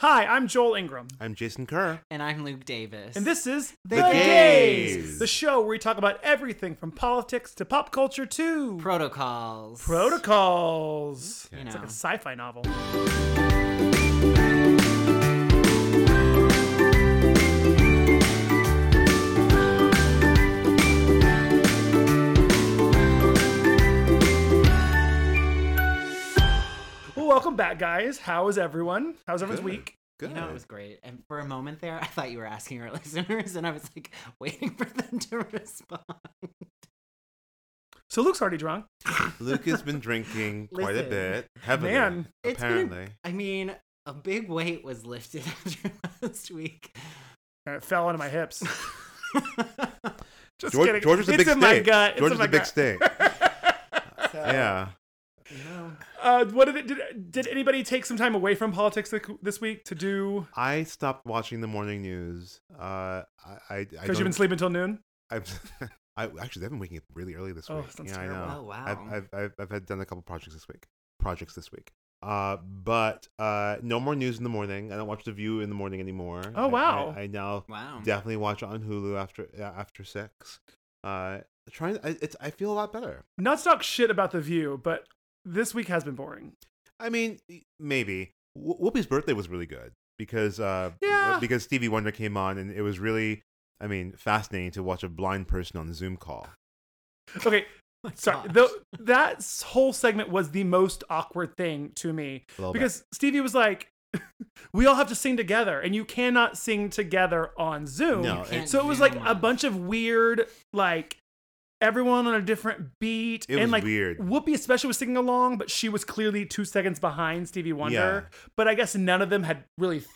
Hi, I'm Joel Ingram. I'm Jason Kerr. And I'm Luke Davis. And this is The Gays. the show where we talk about everything from politics to pop culture to protocols. protocols. You It's like a know. sci fi novel. Well, Welcome back, guys. How is everyone? How's everyone's Good. week? Good. You know, it was great. And for a moment there, I thought you were asking our listeners, and I was like waiting for them to respond. So Luke's already drunk. Luke has been drinking quite a Listen. bit. Heavily, Man, It's been a- apparently. I mean, a big weight was lifted after last week. And it fell onto my hips. Oh, Just George, kidding. George was a it's big in steak. my gut. It's George in was my a big gut. steak. yeah. you know, Uh, what did, it, did did anybody take some time away from politics thi- this week to do? I stopped watching the morning news. Uh, I, I, I Because don't- you've been sleeping till noon. I've, I actually, I've been waking up really early this Oh, week. sounds yeah, I terrible. know. Oh, wow. I've, I've, I've, I've had done a couple projects this week. Projects this week. Uh, but uh, no more news in the morning. I don't watch The View in the morning anymore. Oh, I- I- wow. I, now Um, wow. definitely watch it on Hulu after uh, after six. Uh, trying, I, it's, I feel a lot better. Not to talk shit about the View, but this week has been boring. I mean, y- maybe Wh- Whoopi's birthday was really good because uh, Yeah. because Stevie Wonder came on and it was really, I mean, fascinating to watch a blind person on the Zoom call. Okay, sorry. gosh. The, that s- whole segment was the most awkward thing to me A little bit. because Stevie was like, "We all have to sing together, and you cannot sing together on Zoom." No, You can't So it was like zoom a on. bunch of weird, like everyone on a different beat, It and was like weird. Whoopi especially was singing along, but she was clearly two seconds behind Stevie Wonder. But I guess none of them had really th-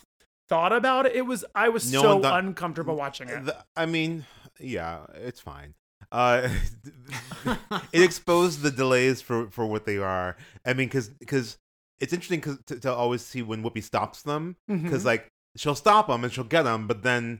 thought about it. It was I was No so one thought- uncomfortable watching it. The- I mean, yeah, it's fine. Uh, it exposed the delays for, for what they are. I mean, because it's interesting 'cause to, to always see when Whoopi stops them because Mhm. like she'll stop them and she'll get them, but then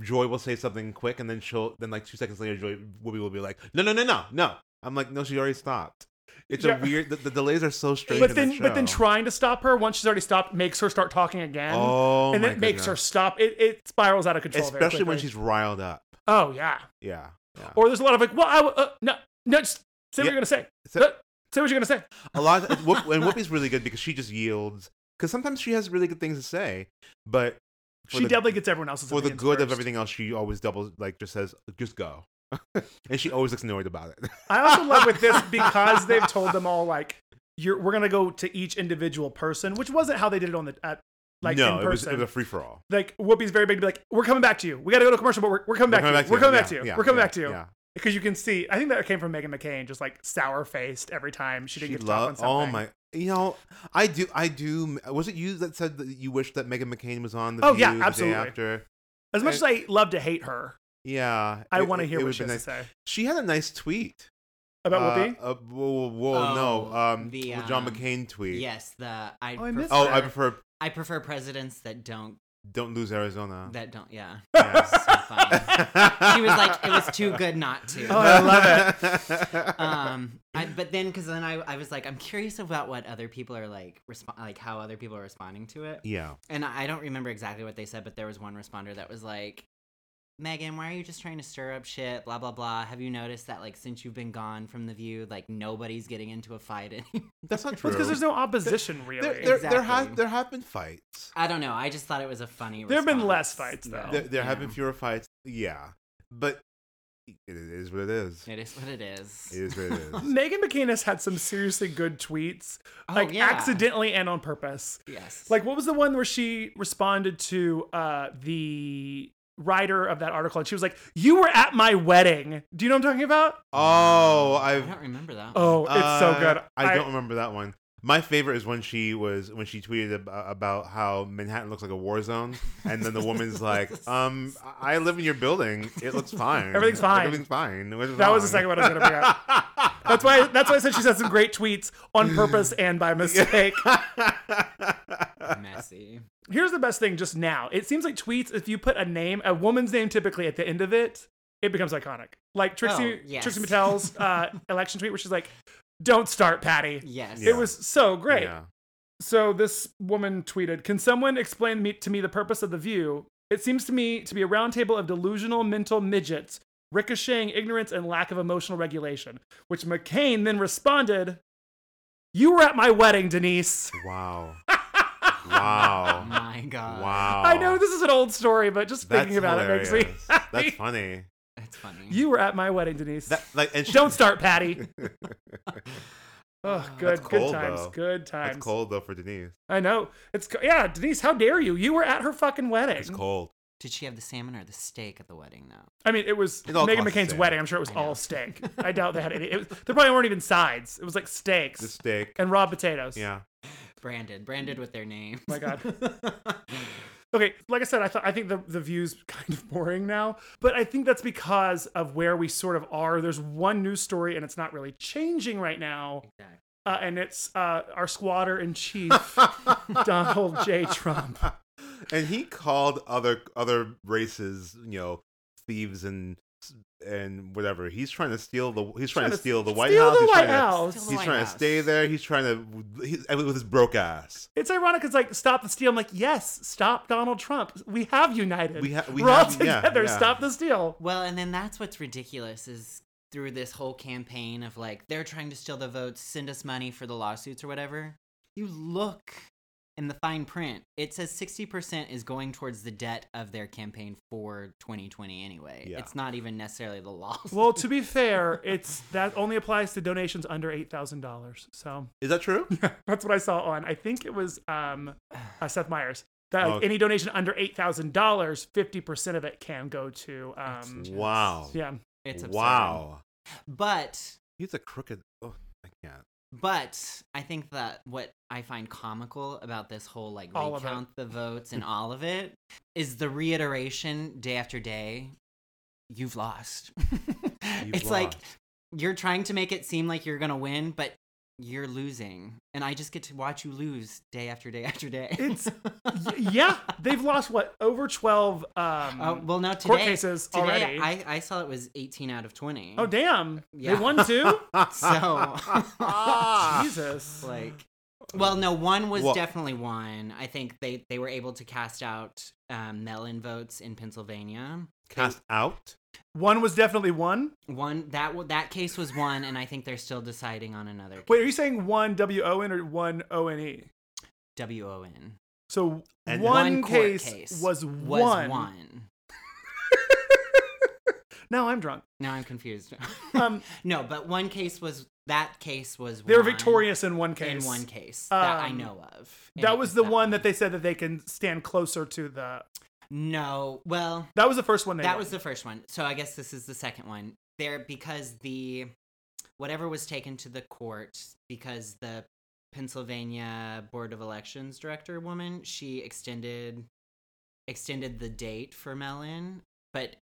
Joy will say something quick, and then she'll then like two seconds later, Joy Whoopi will be like, no, no, no, no, no. I'm like, no, she already stopped. It's Yeah. a weird. The, the delays are so strange. but in then the but then show. trying to stop her once she's already stopped makes her start talking again. oh, and my it makes her goodness. stop. It, it spirals out of control. very especially when quickly. she's riled up. Oh yeah. Yeah. yeah. Or there's a lot of like, well, I w- uh, no no, just say what Yeah. you're gonna say. So- Uh, say what you're gonna say. a lot of, Whoop, and Whoopi's really good because she just yields because sometimes she has really good things to say but for She the, definitely gets everyone else's for the opinions good of first. everything else she always doubles like just says just go and she always looks annoyed about it I also love with this because they've told them all like you're we're gonna go to each individual person, which wasn't how they did it on the at like no in it was, person. it was a free-for-all like Whoopi's very big to be like, we're coming back to you. We gotta go to commercial, but we're, we're coming back to you. We're coming back to you. We're coming back to you. yeah Because you can see, I think that came from Megan McCain, just like sour faced every time she didn't she get to talk on loved something. oh my you know i do i do was it you that said that you wished that megan mccain was on the Oh, View yeah, the day absolutely. after As much as I love to hate her, yeah I it- want to it- hear what it would've she been has nice. to say she had a nice tweet about Uh, Whoopi. uh, whoa, whoa, Oh, no. Um, the, the John um, McCain tweet. yes, the I. Oh, I prefer, missed Oh, I prefer I prefer presidents that don't "Don't Lose Arizona." that don't. Yeah. Yes. So funny. she was like, it was too good not to. Oh, I love it. um I, but then because then I, I was like i'm curious about what other people are like resp- like how other people are responding to it yeah, and i I don't remember exactly what they said but there was one responder that was like megan why are you just trying to stir up shit blah blah blah have you noticed that like since you've been gone from the view like nobody's getting into a fight anymore that's not true. Well, because there's no opposition, really. there, there, there Exactly. have there have been fights. i don't know i just thought it was a funny There have been response. less fights, though. There, there have been Yeah. fewer fights. Yeah, but it is what it is. It it is what it is is what it is. Megan McCain has had some seriously good tweets, Oh, like yeah. accidentally and on purpose. yes Like, what was the one where she responded to uh, the writer of that article? And she was like, You were at my wedding. Do you know what I'm talking about? Oh, i I've. don't remember that Oh, it's so uh, good. I, don't remember that one. My favorite is when she was when she tweeted ab- uh, about how Manhattan looks like a war zone, and then the woman's like, "Um, I live in your building. It looks fine. Everything's Like, fine. everything's fine." What's That was the second wrong?" one I was going to bring up. That's why, that's why I said she's had some great tweets on purpose and by mistake. messy Here's the best thing just now. It seems like tweets, if you put a name, a woman's name typically at the end of it, it becomes iconic. Like Trixie, Oh, yes. Trixie Mattel's uh, election tweet, where she's like, don't start, Patty. yes Yeah. It was so great. Yeah. So this woman tweeted, "Can someone explain me, to me the purpose of the view? It seems to me to be a roundtable of delusional mental midgets ricocheting ignorance and lack of emotional regulation." Which McCain then responded, "You were at my wedding, Denise." Wow. wow. My God. Wow. I know this is an old story, but just That's thinking about hilarious. it makes me. That's happy. funny. That's funny. You were at my wedding, Denise. That like and she, Don't start, Patty. That's Oh, good, good cold, times, though. good times. That's cold though for Denise. I know. It's co- yeah, Denise. How dare you? You were at her fucking wedding. It's cold. Did she have the salmon or the steak at the wedding, though? I mean, it was It all Megan costs the McCain's same. wedding. I'm sure it was I know. all steak. I doubt they had any. It was, there probably weren't even sides. It was like steaks The steak. and raw potatoes. Yeah. Branded, branded with their name. Mm. my God. Okay, like I said, I thought I think the the view's kind of boring now, but I think that's because of where we sort of are. There's one news story, and it's not really changing right now. Uh, and it's uh, our squatter in chief, Donald J. Trump. And he called other other races, you know, thieves and and whatever. He's trying to steal the he's trying, to steal the White steal House. The he's White trying to- House. Steal He's the White trying House. to stay there. He's trying to he, with his broke ass. It's ironic. It's like stop the steal. I'm like, yes, stop Donald Trump. We have united. We ha- we are all have- yeah, together. yeah. Stop the steal. Well, and then that's what's ridiculous is through this whole campaign of like they're trying to steal the votes, send us money for the lawsuits or whatever. You look in the fine print; it says sixty percent is going towards the debt of their campaign for 2020. Anyway, Yeah. it's not even necessarily the loss. Well, to be fair, it's that only applies to donations under eight thousand dollars. So Is that true? that's what I saw on. I think it was um, uh, Seth Meyers. That like, Okay. any donation under eight thousand dollars, fifty percent of it can go to. Um, That's- wow. yeah, it's absurd. wow. but He's a crooked. Oh, I can't. But I think that what I find comical about this whole like All of it. recount the votes and all of it is the reiteration day after day. You've lost. it's like lost. you're trying to make it seem like you're gonna win, but you're losing, and I just get to watch you lose day after day after day. Uh, It's- Y- yeah. They've lost what over twelve. Um, uh, well, now court today, cases today already. I, I saw it was 18 out of 20. oh damn! Yeah. They won two. Ah. So- Jesus. like well no one was Well- definitely one i think they they were able to cast out um melon votes in pennsylvania Cast out. One was definitely one. one that wa- that case was one and i think they're still deciding on another Wait, are you saying one W O N or one O N E? w-o-n So And- one, court case, was, was one. one. Now I'm drunk. now i'm confused Um, no but one case was that case was they were one victorious in one case. in one case that i Um, know of And That it was the one that one. they said that they can stand closer to the. no well That was the first one they. that won. was the first one. So I guess this is the second one. There because the whatever was taken to the court because the Pennsylvania Board of Elections director woman, she extended extended the date for Mellon, but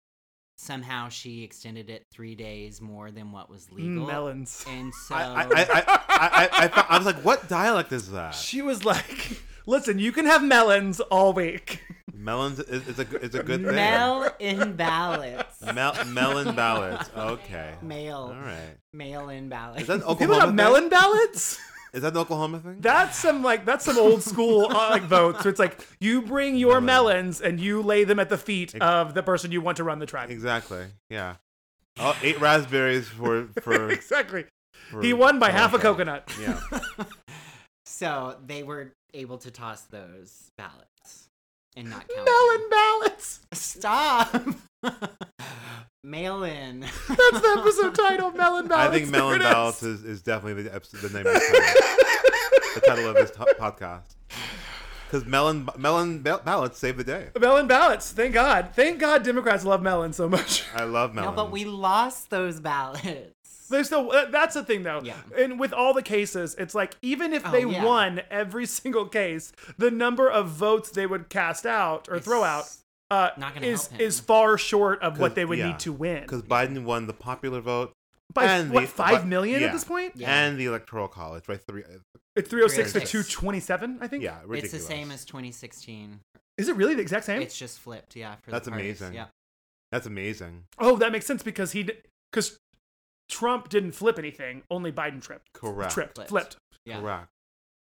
somehow she extended it 3 days more than what was legal. Mm, melons. And so I, I, I, I, I, I, thought, I was like, what dialect is that? She was like, "Listen, you can have melons all week." Melons is, is a is a good thing. Mel imbalance. Mel- melon ballots. Okay. All Male, right. male imbalance. Is that an People Oklahoma got thing? melon ballots. Is that an Oklahoma thing? That's some like that's some old school uh, like votes. So it's like you bring your melons and you lay them at the feet of the person you want to run the tribe. exactly. Yeah. Oh, eight raspberries for for, exactly. for He won by for half a Oklahoma. coconut. Yeah. So they were able to toss those ballots and not count. them. Melon ballots. Stop! Mail in. That's the episode title. Melon I ballots. think There melon it is. ballots is, is definitely the episode, the name of the title, the title of this to- podcast. Because melon melon ba- ballots save the day. Melon ballots. Thank God. Thank God Democrats love melons so much. I love No, melons. but we lost those ballots. There's still that- that's the thing though. Yeah. And with all the cases, it's like even if Oh, they yeah. won every single case, the number of votes they would cast out or throw out It's uh, not gonna is help him. is far short of what 'Cause- they would yeah. need to win. Because Biden won the popular vote By and what the- five but- million yeah. at this point? Yeah. and the electoral college by three. uh, It's 306 to 306. 227, I think. Yeah, ridiculous. the same as 2016. Is it really the exact same? It's just flipped, yeah. For That's the parties, amazing. Yeah. That's amazing. Oh, that makes sense because he because Trump didn't flip anything, only Biden tripped. Correct. Tripped, Flipped. flipped. yeah. Correct.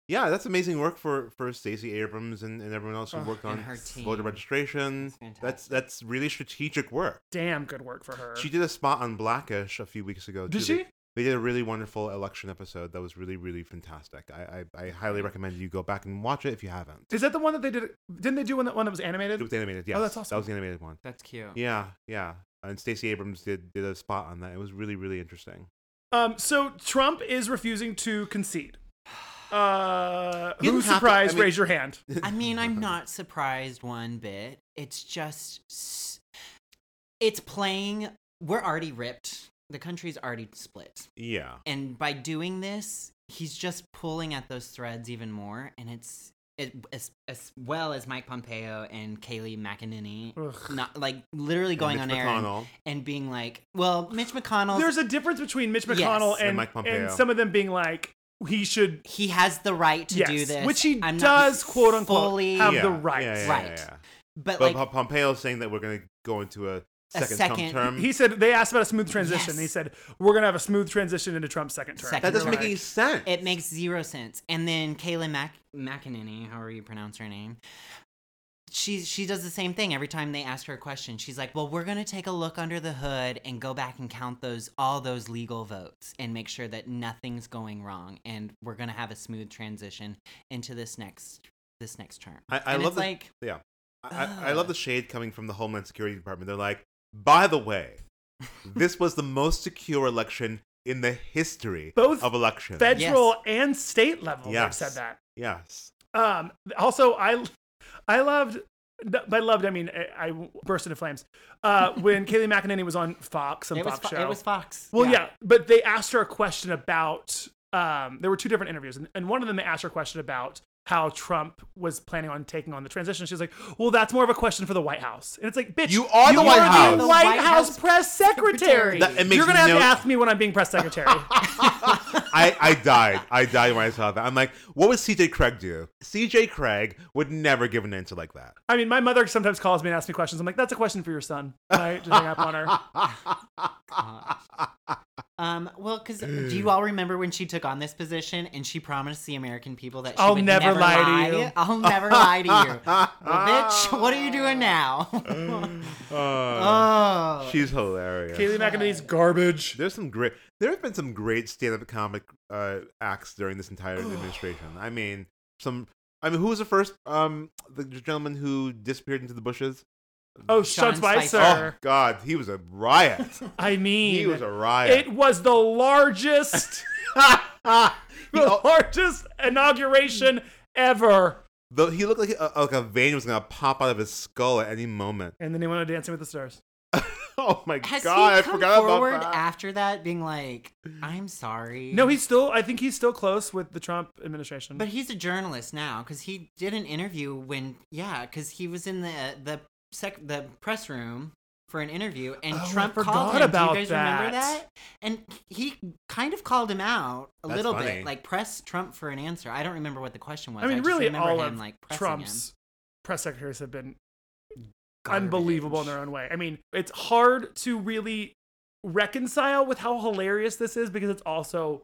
yeah, that's amazing work for for Stacey Abrams and, and everyone else who Ugh. worked And on her voter team. registration. It's fantastic. That's that's really strategic work. Damn good work for her. She did a spot on Blackish a few weeks ago. Did too. They- she? They did a really wonderful election episode that was really really fantastic. I I, I highly recommend you go back and watch it if you haven't. Is that the one that they did? Didn't they do one that one that was It animated? was animated. Yes. Oh, that's That awesome. was the animated one. that's cute. Yeah, yeah. And Stacey Abrams did did a spot on that. It was really really interesting. Um, so Trump is refusing to concede. Uh, You who's have to- I surprised? mean- raise your hand. I mean, I'm not surprised one bit. It's just, s- it's playing. We're already ripped. The country's already split, Yeah. and by doing this, he's just pulling at those threads even more. And it's it, as as well as Mike Pompeo and Kaylee McEnany, Ugh. not like literally going Mitch on air and, McConnell. and being like, "Well, Mitch McConnell, There's a difference between Mitch Yes. McConnell And and, Mike and, Pompeo. some of them being like, he should, he has the right to yes, do this," which he I'm not does, quote unquote, fully- have yeah, the right. yeah, yeah, Right. yeah, yeah. but But like Pompeo's Pompeo is saying that we're going to go into a second, second- Trump term. He said they asked about a smooth transition. Yes. and He said we're gonna have a smooth transition into Trump's second term. Second that doesn't Like, make any sense. It makes zero sense. And then Kayla Mac- McEnany, however you pronounce her name, she she does the same thing every time they ask her a question. She's like, "Well, we're gonna take a look under the hood and go back and count those all those legal votes and make sure that nothing's going wrong, and we're gonna have a smooth transition into this next this next term." I- I and love it's the- like Yeah. I, I I Ugh. love the shade coming from the Homeland Security Department. They're like, by the way, this was the most secure election in the history Both of elections. Federal and state level, Yes. they've said that. Yes. Um, also, I, I loved, by loved I mean I, I burst into flames uh, when Kaylee McEnany was on Fox and it was Fox Fo- show. it was Fox. Well, yeah. but they asked her a question about. Um, there were two different interviews, and, and one of them they asked her a question about how Trump was planning on taking on the transition. She was like, "Well, that's more of a question for the White House," and it's like, "Bitch, You are the White House. the White, The White House, House press secretary. secretary. That- it makes You're gonna have no- to ask me when I'm being press secretary." I, I died. I died when I saw that. I'm like, what would CJ Craig do? CJ Craig would never give an answer like that. I mean, my mother sometimes calls me and asks me questions. I'm like, "That's a question for your son." I just hang up on her. Um, well, because do you all remember when she took on this position and she promised the American people that she I'll would never lie to you. I'll never lie to you. Well, bitch, what are you doing Ah. now? Uh, oh, she's hilarious. Kaylee McEnany's garbage. There's some great. There have been some great stand-up comic uh, acts during this entire administration. I mean, some. I mean, who was the first? Um, the gentleman who disappeared into the bushes. Oh, Sean Sean Spicer. Spicer. Oh God, he was a riot. I mean, he was a riot. it was the largest. He the al- largest inauguration ever. though he looked like a, like a vein was gonna pop out of his skull at any moment. And then he went on Dancing with the Stars. Oh my has God, he I come forgot forward about that. after that, being like, "I'm sorry"? No, he's still. I think he's still close with the Trump administration. But he's a journalist now because he did an interview when, yeah, because he was in the the sec the press room for an interview and Oh, I Trump forgot called him. about Do you guys that. remember that? And he kind of called him out a That's little funny. bit, like press Trump for an answer. I don't remember what the question was. I mean, just really, remember all him, of like pressing Trump's press secretaries have been him. unbelievable in their own way. I mean, it's hard to really reconcile with how hilarious this is because it's also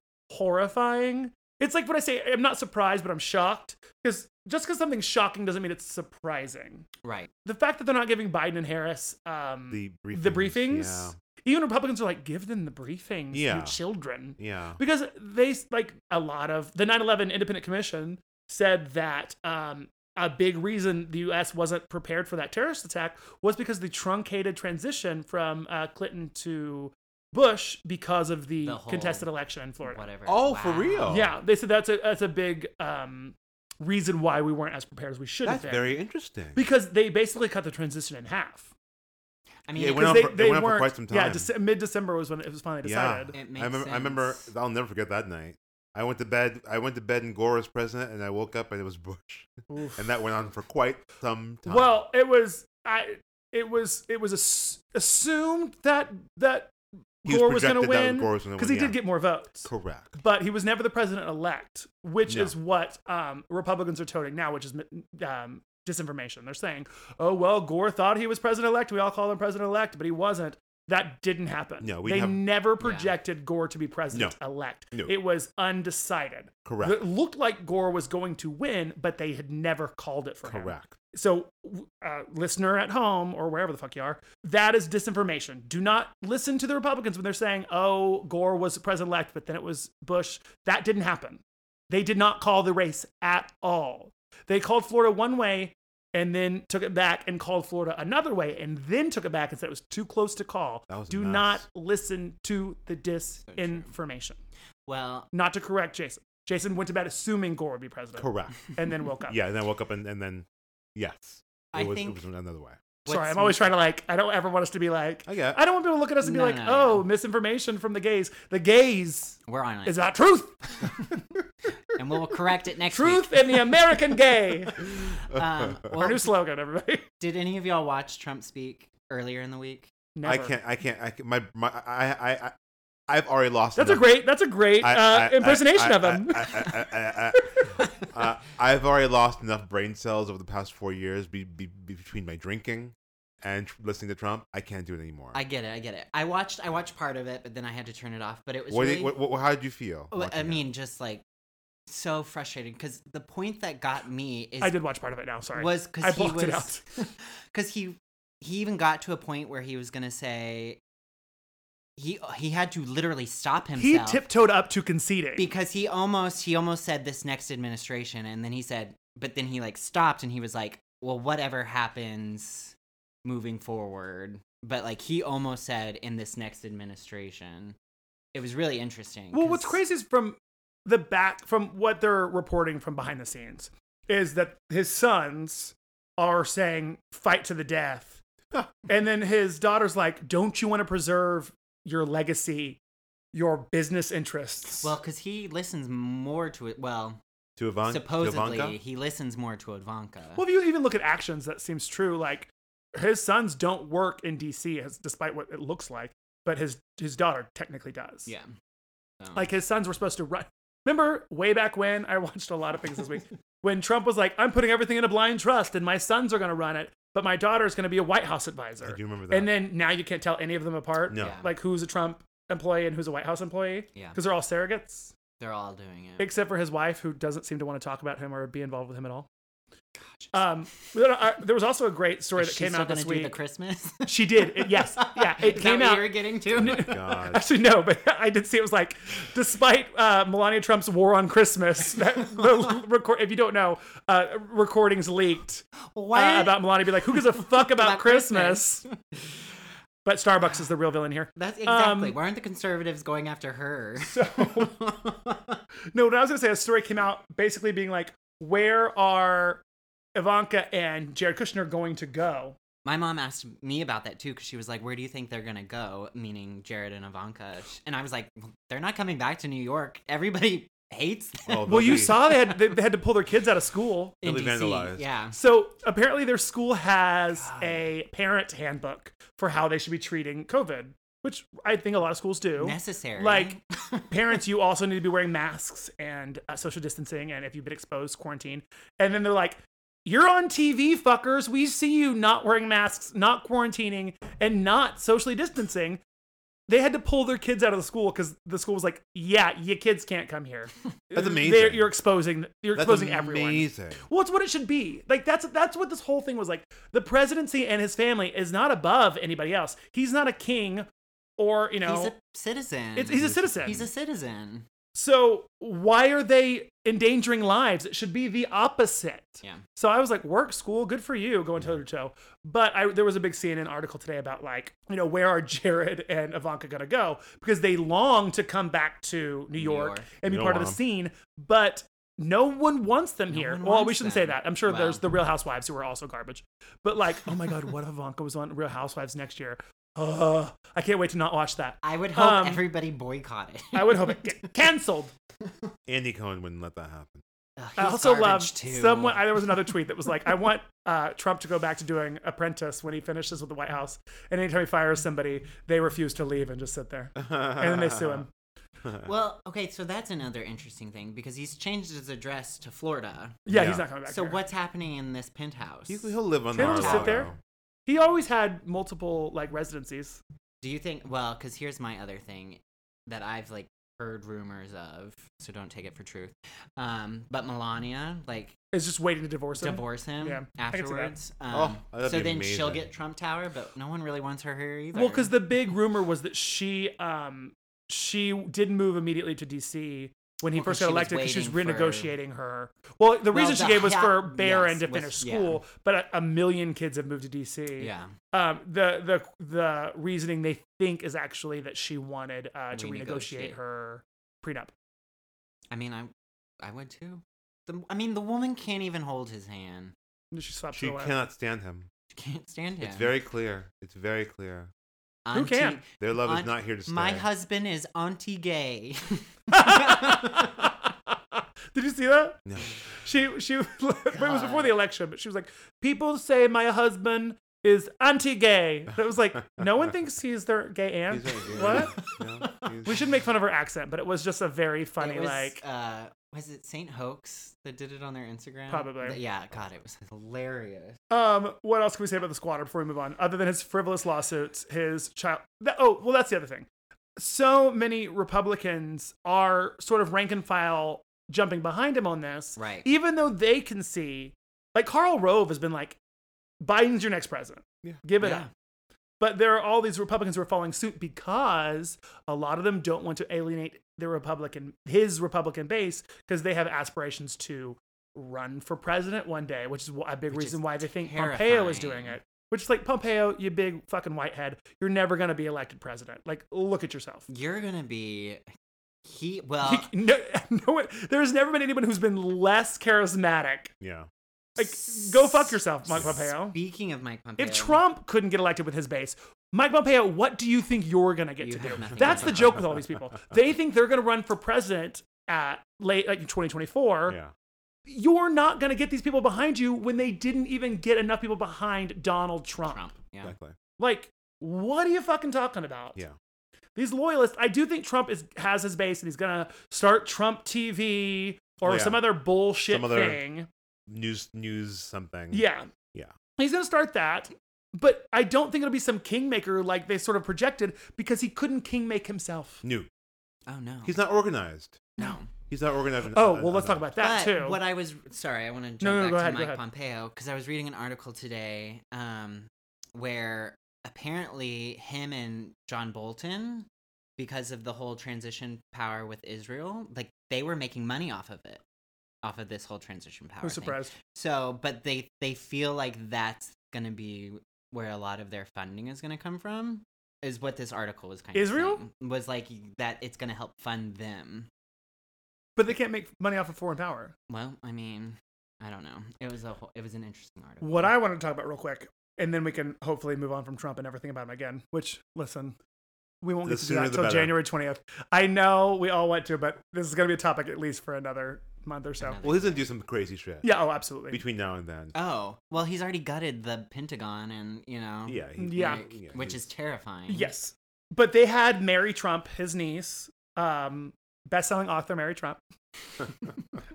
horrifying. It's like when I say I'm not surprised, but I'm shocked because just because something's shocking doesn't mean it's surprising. right? The fact that they're not giving Biden and Harris um, the briefings. the briefings, even Republicans are like, give them the briefings, Yeah. you children. Yeah. because they like a lot of the 9/11 Independent Commission said that um, a big reason the U.S. wasn't prepared for that terrorist attack was because the truncated transition from uh, Clinton to Bush because of the, The whole contested election in Florida. Whatever. Oh, for real? Yeah, they said that's a that's a big um, reason why we weren't as prepared as we should That's have been. very interesting. because they basically cut the transition in half. I mean, Yeah, it went Because on they, for- it they went on for weren't- quite some Yeah, time. Dece- mid December was when it was finally yeah. decided. It I makes remember, I remember sense. I'll never forget that night. I went to bed I went to bed and Gore was president and I woke up and it was Bush. Oof. And that went on for quite some time. Well, it was I. It was it was ass- assumed that that He was Gore was going to projected that win Gore was gonna because he win, did yeah. get more votes. correct. But he was never the president elect, which No. is what um, Republicans are toting now, which is um, disinformation. They're saying, "Oh well, Gore thought he was president elect. We all call him president elect, but he wasn't." That didn't happen. No, we they have- never projected Gore to be president elect. No. It was undecided. Correct. It looked like Gore was going to win, but they had never called it for him. Correct. So, w- uh, listener at home or wherever the fuck you are, that is disinformation. Do not listen to the Republicans when they're saying, oh, Gore was president elect, but then it was Bush. That didn't happen. They did not call the race at all. They called Florida one way and then took it back and called Florida another way and then took it back and said it was too close to call. That was Do nuts. not listen to the true. disinformation. Well, Not to correct Jason. Jason went to bed assuming Gore would be president Correct. and then woke up. Yeah, and I woke up and, and then yes, it I was, think it was another way. Sorry, what's- I'm always trying to like, I don't ever want us to be like, I get. I don't want people to look at us and be No, like, no, oh, no. misinformation from the gays. The gays We're on it, is about truth. and we'll correct it next Truth week. and the American gay. Um, Our well, new slogan, everybody. did any of y'all watch Trump speak earlier in the week? Never. I can't. I can't. I can't, my my. I I. I I've already lost. That's a enough. great. That's a great I- uh, I- I- impersonation I- of him. I, I, I, I, I, uh, I've already lost enough brain cells over the past four years be, be, be- between my drinking and tr- listening to Trump. I can't do it anymore. I get it. I get it. I watched. I watched part of it, but then I had to turn it off. But it was. what, really, what, what, how did you feel? Well, watching I it? mean, just like so frustrated because the point that got me is I did watch part of it now. Sorry. was I because he blocked was it because he he even got to a point where he was gonna say he he had to literally stop he himself tiptoed up to conceding. because he almost he almost said this next administration and then he said but then he like stopped and he was like well whatever happens moving forward but like he almost said in this next administration it was really interesting Well, what's 'cause- crazy is from the back, from what they're reporting from behind the scenes, is that his sons are saying fight to the death. and then his daughter's like, don't you want to preserve your legacy, your business interests? well because he listens more to it well to Ivan, supposedly to Ivanka? he listens more to Ivanka. Well, if you even look at actions, that seems true. Like his sons don't work in DC, as, despite what it looks like, but his, his daughter technically does. yeah. So- Like his sons were supposed to run. Remember way back when I watched a lot of things this week when Trump was like, "I'm putting everything in a blind trust, and my sons are going to run it, but my daughter's going to be a White House I advisor." do remember that. And then now you can't tell any of them apart. no, Yeah. Like who's a Trump employee and who's a White House employee? yeah, Because they're all surrogates, they're all doing it. except for his wife, who doesn't seem to want to talk about him or be involved with him at all. Gosh, Um, but, uh, there was also a great story is that she came still out gonna this do the week. Christmas. She did. It- yes. Yeah. It Is came that what out. Uh, you were getting to. God. Actually, no, but I did see it was like, despite uh, Melania Trump's war on Christmas, that the record, if you don't know, uh, recordings leaked what? uh, about Melania. Be like, who gives a fuck about, About Christmas? But Starbucks is the real villain here. That's exactly. Um, Why aren't the conservatives going after her? So, no, what I was going to say, a story came out basically being like, where are Ivanka and Jared Kushner going to go? My mom asked me about that too because she was like, "Where do you think they're gonna go?" Meaning Jared and Ivanka, and I was like, well, "They're not coming back to New York. Everybody hates them." Oh, Well, you they'll be- saw they had, they had to pull their kids out of school. in they'll be DC. vandalized. Yeah. So apparently, their school has a parent handbook for how they should be treating COVID, which I think a lot of schools do. Necessary. Like, parents, you also need to be wearing masks and uh, social distancing, and if you've been exposed, quarantine. And then they're like, "You're on TV, fuckers. We see you not wearing masks, not quarantining, and not socially distancing." They had to pull their kids out of the school because the school was like, "Yeah, your kids can't come here. That's They're- amazing. You're exposing. You're That's exposing amazing. everyone." Well, it's what it should be. Like that's that's what this whole thing was like. The presidency and his family is not above anybody else. He's not a king, or you he's know, a citizen. it's, he's a citizen. He's a citizen. so why are they endangering lives? It should be the opposite. Yeah. So I was like, work, school, good for you, going toe to toe. But I, there was a big CNN article today about like, you know, where are Jared and Ivanka gonna go? Because they long to come back to New New York, York. and be You don't part of want the 'em. scene, but no one wants them No here. one Well, we wants shouldn't say them. that. I'm sure Wow. there's the Real Housewives who are also garbage. But like, oh my god, what if Ivanka was on Real Housewives next year? Uh, I can't wait to not watch that. I would hope Um, everybody boycott it. I would hope it get canceled. Andy Cohen wouldn't let that happen. Ugh, I he's also garbage, love too. someone. I, there was another tweet that was like, "I want uh, Trump to go back to doing Apprentice when he finishes with the White House, and anytime he fires somebody, they refuse to leave and just sit there, and then they sue him." Well, okay, so that's another interesting thing because he's changed his address to Florida. Yeah, Yeah. he's not coming back. So here. what's happening in this penthouse? He, he'll live on They don't our just sit there. logo. He always had multiple like residencies. Do you think? Well, because here's my other thing that I've like heard rumors of, so don't take it for truth. Um, but Melania, like, Is just waiting to divorce him. divorce him Yeah, I can see that. afterwards. Um, Oh, that'd so be then she'll amazing. get Trump Tower, but no one really wants her here either. Well, because the big rumor was that she um she didn't move immediately to D.C. when he Well, 'cause first she got was elected because she was waiting for- renegotiating her. Well, the Well, reason she the gave was ha- for Barron yes, to was- finish yeah. school, but a, a million kids have moved to D.C. yeah, Um, the the the reasoning they think is actually that she wanted uh, to renegotiate Renegotiate. her prenup. I mean, I, I would too. The, I mean, the woman can't even hold his hand. She slapped She her away. cannot stand him. She can't stand him. It's very clear. It's very clear. Who can? Their love Aunt- is not here to stay. My husband is auntie gay. Did you see that? No. She she but it was before God. the election, but she was like, people say my husband is anti-gay. That was like, no one thinks he's their gay aunt. He's not gay. What? No, he's- We should make fun of her accent, but it was just a very funny It was, like. uh, was it Saint Hoax that did it on their Instagram? Probably. Th- Yeah, God, it was hilarious. Um, what else can we say about the squatter before we move on? Other than his frivolous lawsuits, his child. That, oh, well, that's the other thing. So many Republicans are sort of rank and file jumping behind him on this, Right. even though they can see, like Karl Rove has been like, Biden's your next president. Yeah. Give it Yeah. up. But there are all these Republicans who are following suit because a lot of them don't want to alienate their Republican, his Republican base, because they have aspirations to run for president one day, which is wh- a big Which is reason why they think Pompeo is doing terrifying. it. Which is like Pompeo, you big fucking whitehead, you're never gonna be elected president. Like, look at yourself. You're gonna be he. Well, no, no, one- there's never been anyone who's been less charismatic. Yeah. Like, go fuck yourself, Mike Pompeo. Speaking of Mike Pompeo, If Trump couldn't get elected with his base, Mike Pompeo, what do you think you're going to get You to have do? nothing That's to the do. joke with all these people. They think they're going to run for president at late like in 2024. Yeah. You're not going to get these people behind you when they didn't even get enough people behind Donald Trump. Trump, yeah, Exactly. Like, what are you fucking talking about? Yeah. These loyalists, I do think Trump is has his base and he's going to start Trump TV or Oh, Yeah. some other bullshit Some other- thing. News, news, something. Yeah. Yeah. He's going to start that, but I don't think it'll be some kingmaker like they sort of projected because he couldn't kingmake himself. New. Oh no, He's not organized. No. He's not organized. en- Oh, en- well, let's talk enough. about that but too. What I was sorry, I want to jump no, back go to ahead, go Mike ahead. Pompeo because I was reading an article today um, where apparently him and John Bolton, because of the whole transition power with Israel, like they were making money off of it, off of this whole transition power. Who's thing. surprised? So, but they they feel like that's gonna be where a lot of their funding is gonna come from. Is what this article was kind Israel? of saying, was like that it's gonna help fund them. But they can't make money off of foreign power. Well, I mean, I don't know. It was a whole, it was an interesting article. What I wanted to talk about real quick, and then we can hopefully move on from Trump and everything about him again, which, listen, we won't The get to do sooner that the until January better. 20th. I know we all want to, but this is going to be a topic at least for another month or so. Another- Well, he's gonna do some crazy shit. Yeah, oh, absolutely. Between now and then. oh well, he's already gutted the Pentagon, and you know, yeah. he- Yeah. like, yeah, Oh. which he's- is terrifying. Yes. But they had Mary Trump, his niece, um, best-selling author Mary Trump,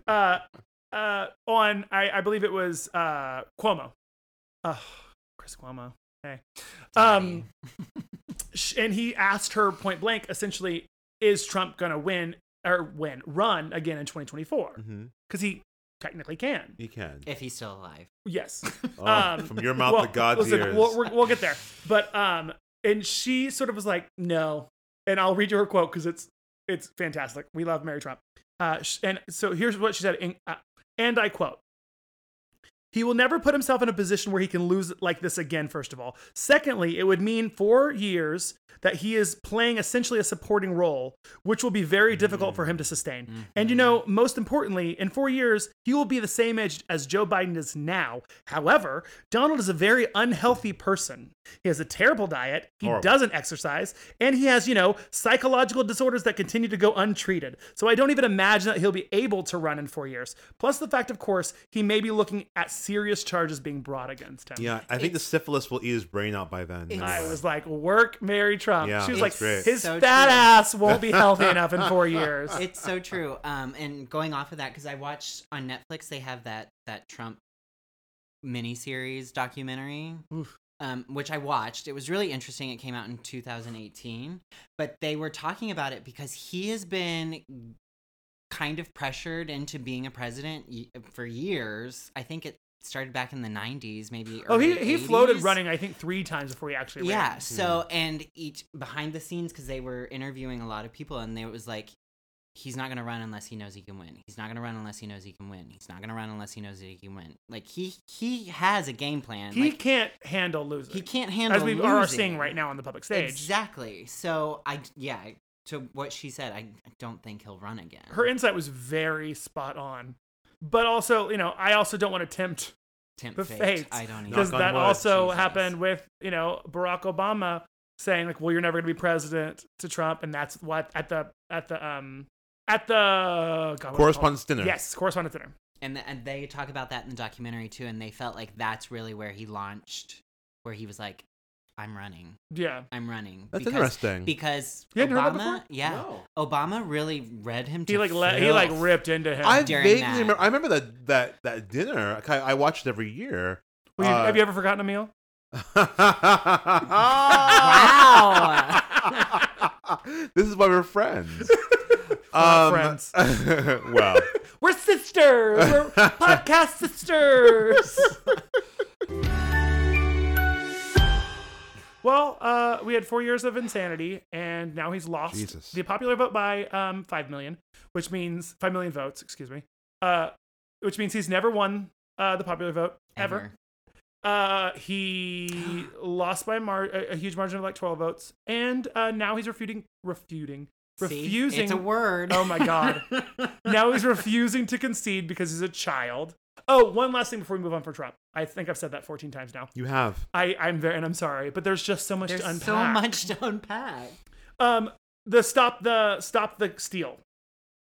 uh, uh, on I, I believe it was uh, Cuomo, uh, Chris Cuomo. Hey, um, sh- and he asked her point blank, essentially, is Trump gonna win or win run again in 2024? Mhm. Because he technically can. He can. if he's still alive. Yes. Oh, um, from your mouth Well, to God's listen, ears. We'll, we're- we'll get there. But um, and she sort of was like, no. And I'll read you her quote because it's it's fantastic. We love Mary Trump. Uh, sh- and so here's what she said, in, uh, and I quote. He will never put himself in a position where he can lose like this again, first of all. Secondly, it would mean four years that he is playing essentially a supporting role, which will be very difficult for him to sustain. And you know, most importantly, in four years, he will be the same age as Joe Biden is now. However, Donald is a very unhealthy person. He has a terrible diet, he Horrible. doesn't exercise, and he has, you know, psychological disorders that continue to go untreated. So I don't even imagine that he'll be able to run in four years. Plus, the fact, of course, he may be looking at serious charges being brought against him. yeah, I think the syphilis will eat his brain out by then. It's- I anyway. was like, work, Mary Trump. Yeah, she was that's like, great. his So fat true. ass won't be healthy enough in four years. it's so true. Um, and going off of that, because I watched on Netflix, they have that that Trump miniseries documentary, Oof. um, which I watched. It was really interesting. It came out in 2018, but they were talking about it because he has been kind of pressured into being a president y- for years. I think it started back in the 90s, maybe. Oh, he, early he floated 80s. running, I think, three times before he actually ran. Yeah. So, Mm-hmm. and each behind the scenes, because they were interviewing a lot of people, and they, it was like, he's not going to run unless he knows he can win. He's not going to run unless he knows he can win. He's not going to run unless he knows that he can win. Like, he he has a game plan. He like, can't handle losing. he can't handle As we are losing. seeing right now on the public stage. Exactly. So, I, yeah, to what she said, I don't think he'll run again. Her insight was very spot on. But also, you know, I also don't want to tempt Tempt the fate. fates, I don't because Knock even that on wood. also Jesus. happened with, you know, Barack Obama saying like, well, you're never going to be president to Trump. And that's what at the, at the, um, at the God, what's it called? Correspondence dinner. Yes, correspondence dinner. and th- and they talk about that in the documentary too and they felt like that's really where he launched where he was like i'm running Yeah. i'm running That's because, interesting. because You hadn't heard that obama before? yeah obama really read him to He like, let, he like filth. ripped into him. I during vaguely that. remember. I remember that that that dinner. I, I watched it every year. Well, you- uh, have you ever forgotten a meal? wow this is why we're friends. Um, not friends. well, We're sisters. We're podcast sisters. well, uh, we had four years of insanity, and now he's lost Jesus. the popular vote by um, five million, which means five million votes. Excuse me. Uh, which means he's never won uh, the popular vote ever. Uh, he lost by mar- a, a huge margin of like twelve votes, and uh, now he's refuting, refuting, See? refusing it's a word Oh my god. now he's refusing to concede because he's a child. Oh, one last thing before we move on for Trump. I think I've said that 14 times now. you have. I, I'm very and I'm sorry, but there's just so much there's to unpack. so much to unpack Um the stop the stop the steal.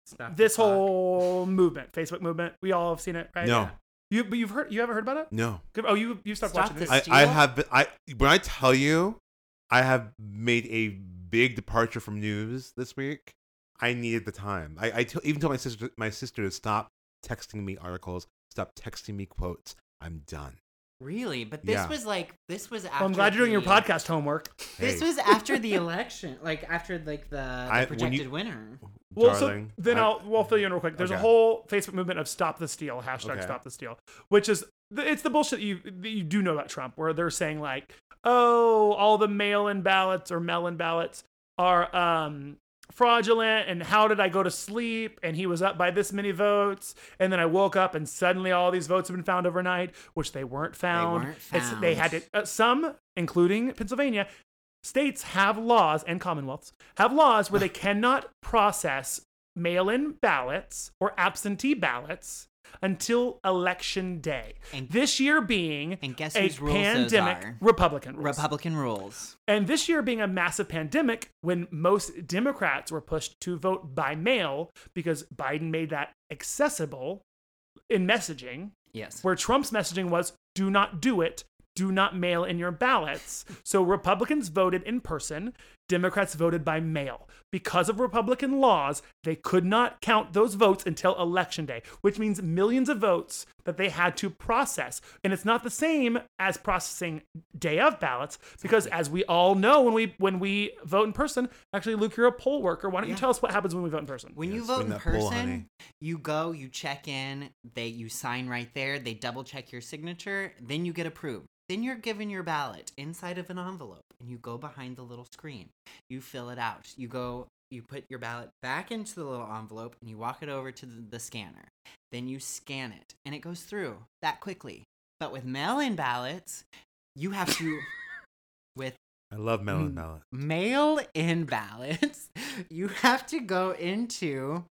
Stop This the talk. whole movement, Facebook movement. We all have seen it, right? No, You but you've heard you haven't heard about it? no. Good- Oh, you you stopped Stop watching this. this. I, Steal? I have. Been, I when I tell you, I have made a big departure from news this week. I needed the time. I, I t- even told my sister my sister to stop texting me articles, stop texting me quotes. I'm done. really but this Yeah. was like this was after Well, I'm glad you're doing your the- podcast homework. This Hey. was after the election, like after like the, the I- when projected you- winner. Well, Darling, so then I- I, will we'll fill you in real quick. There's a Okay. whole Facebook movement of "Stop the Steal" hashtag Okay. "Stop the Steal," which is the, it's the bullshit that you that you do know about Trump, where they're saying like, "Oh, all the mail-in ballots or mail-in ballots are um, fraudulent," and "How did I go to sleep?" and he was up by this many votes, and then I woke up and suddenly all these votes have been found overnight, which they weren't found. weren't It's- they had to found. uh, some, including Pennsylvania, states have laws and commonwealths have laws where they cannot process mail-in ballots or absentee ballots until election day. And- this year being And guess a whose rules those pandemic, are? Republican rules. Republican rules. and this year being a massive pandemic when most Democrats were pushed to vote by mail because Biden made that accessible in messaging Yes. where Trump's messaging was do not do it, do not mail in your ballots. So Republicans voted in person, Democrats voted by mail. Because of Republican laws, they could not count those votes until election day, which means millions of votes that they had to process. And it's not the same as processing day of ballots because as we all know when we when we vote in person, actually Luke, you're a poll worker. Why don't Yeah. you tell us what happens when we vote in person? When you Yes, vote win in that poll, person, honey. you go, you check in, they you sign right there, they double check your signature, then you get approved. Then you're given your ballot inside of an envelope and you go behind the little screen. You fill it out. You go you put your ballot back into the little envelope and you walk it over to the, the scanner. Then you scan it and it goes through that quickly. But with mail-in ballots, you have to with I love melon Mm. ballot. mail in ballots, you have to go into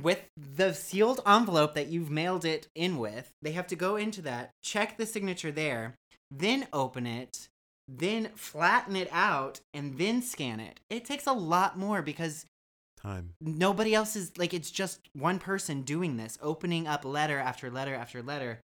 with the sealed envelope that you've mailed it in with. They have to go into that, check the signature there, then open it, then flatten it out, and then scan it. It takes a lot more because Time. nobody else is like, it's just one person doing this, opening up letter after letter after letter.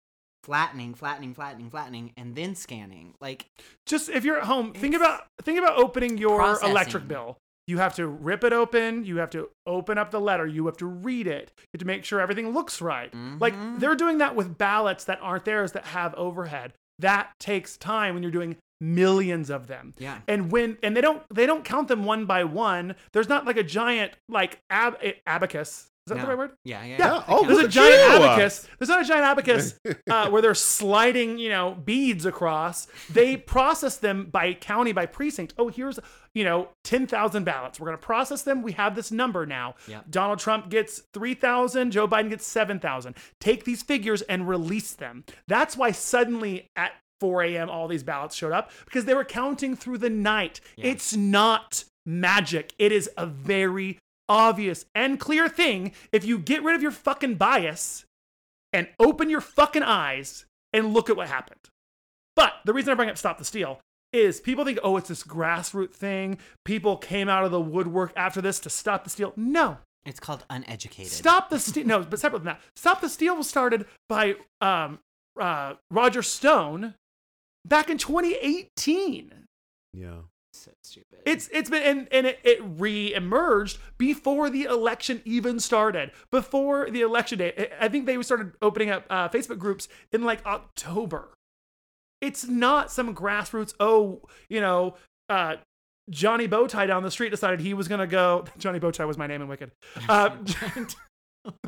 Flattening, flattening, flattening, flattening, and then scanning. Like just if you're at home, think It's about think about opening your processing. electric bill. You have to rip it open. You have to open up the letter. You have to read it. You have to make sure everything looks right. Like Mhm. they're doing that with ballots that aren't theirs that have overhead. that takes time when you're doing millions of them Yeah. and when and they don't they don't count them one by one there's not like a giant like ab- eh, abacus is that the No. right word Yeah. Yeah. Yeah. yeah. Oh, That there's a look at giant you. abacus there's not a giant abacus uh, where they're sliding you know beads across they process them by county by precinct oh here's you know 10000 ballots we're going to process them we have this number now Yep. donald trump gets 3000 joe biden gets 7000 take these figures and release them that's why suddenly at 4 a.m. all these ballots showed up because they were counting through the night. Yeah. It's not magic. It is a very obvious and clear thing. If you get rid of your fucking bias and open your fucking eyes and look at what happened. But the reason I bring up Stop the Steal is people think, oh, it's this grassroots thing. People came out of the woodwork after this to stop the steal. No, It's called uneducated. Stop the steal. No, but separate from that, Stop the Steal was started by um, uh, Roger Stone back in 2018. Yeah. So stupid. It's it's been and, and it, it re-emerged before the election even started. Before the election day, I I think they started opening up uh, Facebook groups in like October. It's not some grassroots. Oh, you know, uh, Johnny Bowtie down the street decided he was gonna go. Johnny Bowtie was my name in Wicked. Uh,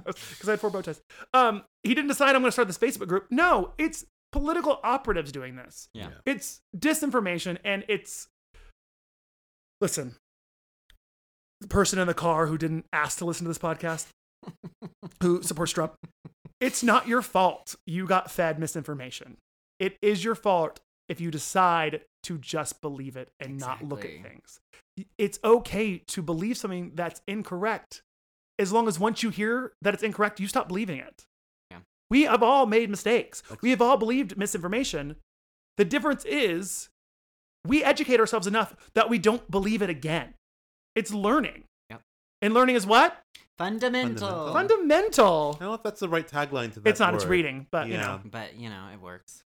because I had four bow ties. Um, he didn't decide I'm going to start this Facebook group. No, it's political operatives doing this. yeah. Yeah. It's disinformation, and it's listen. The person in the car who didn't ask to listen to this podcast, who supports Trump, it's not your fault. You got fed misinformation. It is your fault if you decide to just believe it and not look at Exactly. things. It's okay to believe something that's incorrect as long as once you hear that it's incorrect, you stop believing it. Yeah. We have all made mistakes. We have all believed misinformation. The difference is we educate ourselves enough that we don't believe it again. It's learning. Yep. And learning is what? Fundamental. Fundamental. Fundamental. I don't know if that's the right tagline to that. It's not, it's word. reading, but you Yeah. know. But you know it works.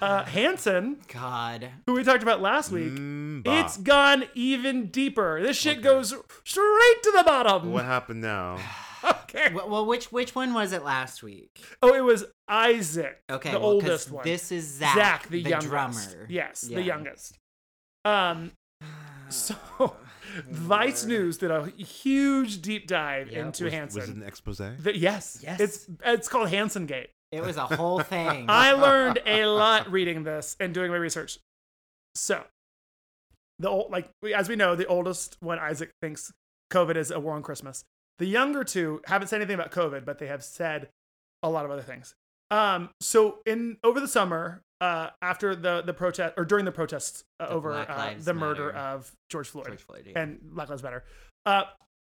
Uh, Hanson, God. who we talked about last week, Mm, Mm-ba. it's gone even deeper. This shit goes straight to the bottom. what happened now? Okay. Well, well, which which one was it last week? Oh, it was Isaac, Okay. the well, 'cause oldest one. This is Zach, Zach, the, youngest. drummer. Yes, Yeah. Uh, the youngest. Um, so Vice News did a huge deep dive Yep. into was, Hanson. was it an expose? The- yes, Yes. It's it's called Hanson Gate. It was a whole thing. I learned a lot reading this and doing my research. So, the old like we- as we know, the oldest one Isaac thinks COVID is a war on Christmas. The younger two haven't said anything about COVID, but they have said a lot of other things. Um, so in over the summer, uh, after the the protest or during the protests uh, The over Black uh, Lives the murder Matter. of George Floyd, George Floyd, yeah. and Black Lives Matter. Uh,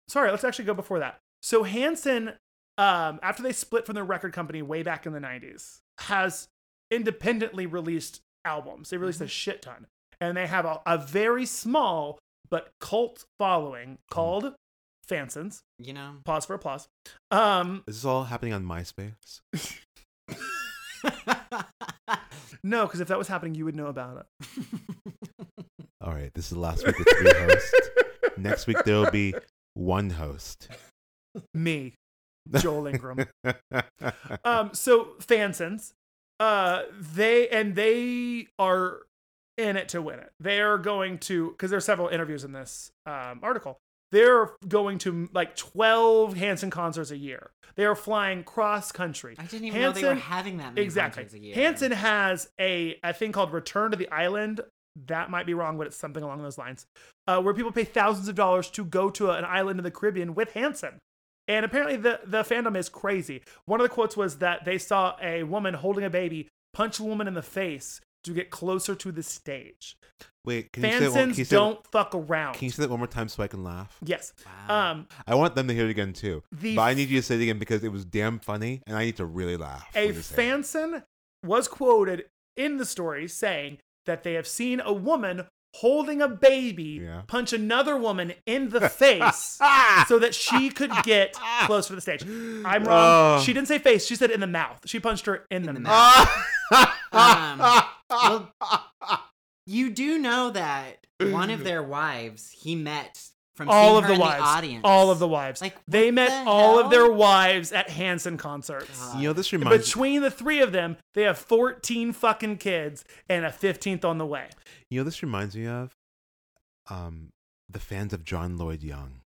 sorry, let's actually go before that. So Hanson, um, after they split from their record company way back in the '90s, has independently released albums. They released a shit ton, and they have a, a very small but cult following called Fansons. you know. Pause for applause. Um, Is this all happening on MySpace? no, because if that was happening, you would know about it. All right, this is the last week with three hosts. Next week there will be one host. Me, Joel Ingram. um so fansons uh they and they are in it to win it they're going to because there's several interviews in this um article they're going to like 12 hanson concerts a year they're flying cross country I didn't even know they were Hanson- having that many exactly concerts a year. hanson has a a thing called return to the island that might be wrong but it's something along those lines uh, where people pay thousands of dollars to go to a- an island in the Caribbean with Hanson. And apparently the, the fandom is crazy. One of the quotes was that they saw a woman holding a baby punch a woman in the face to get closer to the stage. Wait, can you, say that one, Fansons can, you say, don't fuck around. can you say that one more time so I can laugh? yes. Wow. Um, I want them to hear it again too. The but I need you to say it again because it was damn funny and I need to really laugh. a when you say it. Fanson was quoted in the story saying that they have seen a woman holding a baby Yeah. punch another woman in the face Ah! so that she could get closer to the stage. I'm wrong. Oh. She didn't say face. She said in the mouth. She punched her in, the, the mouth. mouth. Ah! Um, well, you do know that one of their wives he met from all seeing of her the in wives, audience. all of the wives. Like, they what met the all of hell? their wives at Hanson concerts. God. You know, this And reminds Between the three of them, they have 14 fucking kids and a 15th on the way. you know this reminds me of um the fans of John Lloyd Young.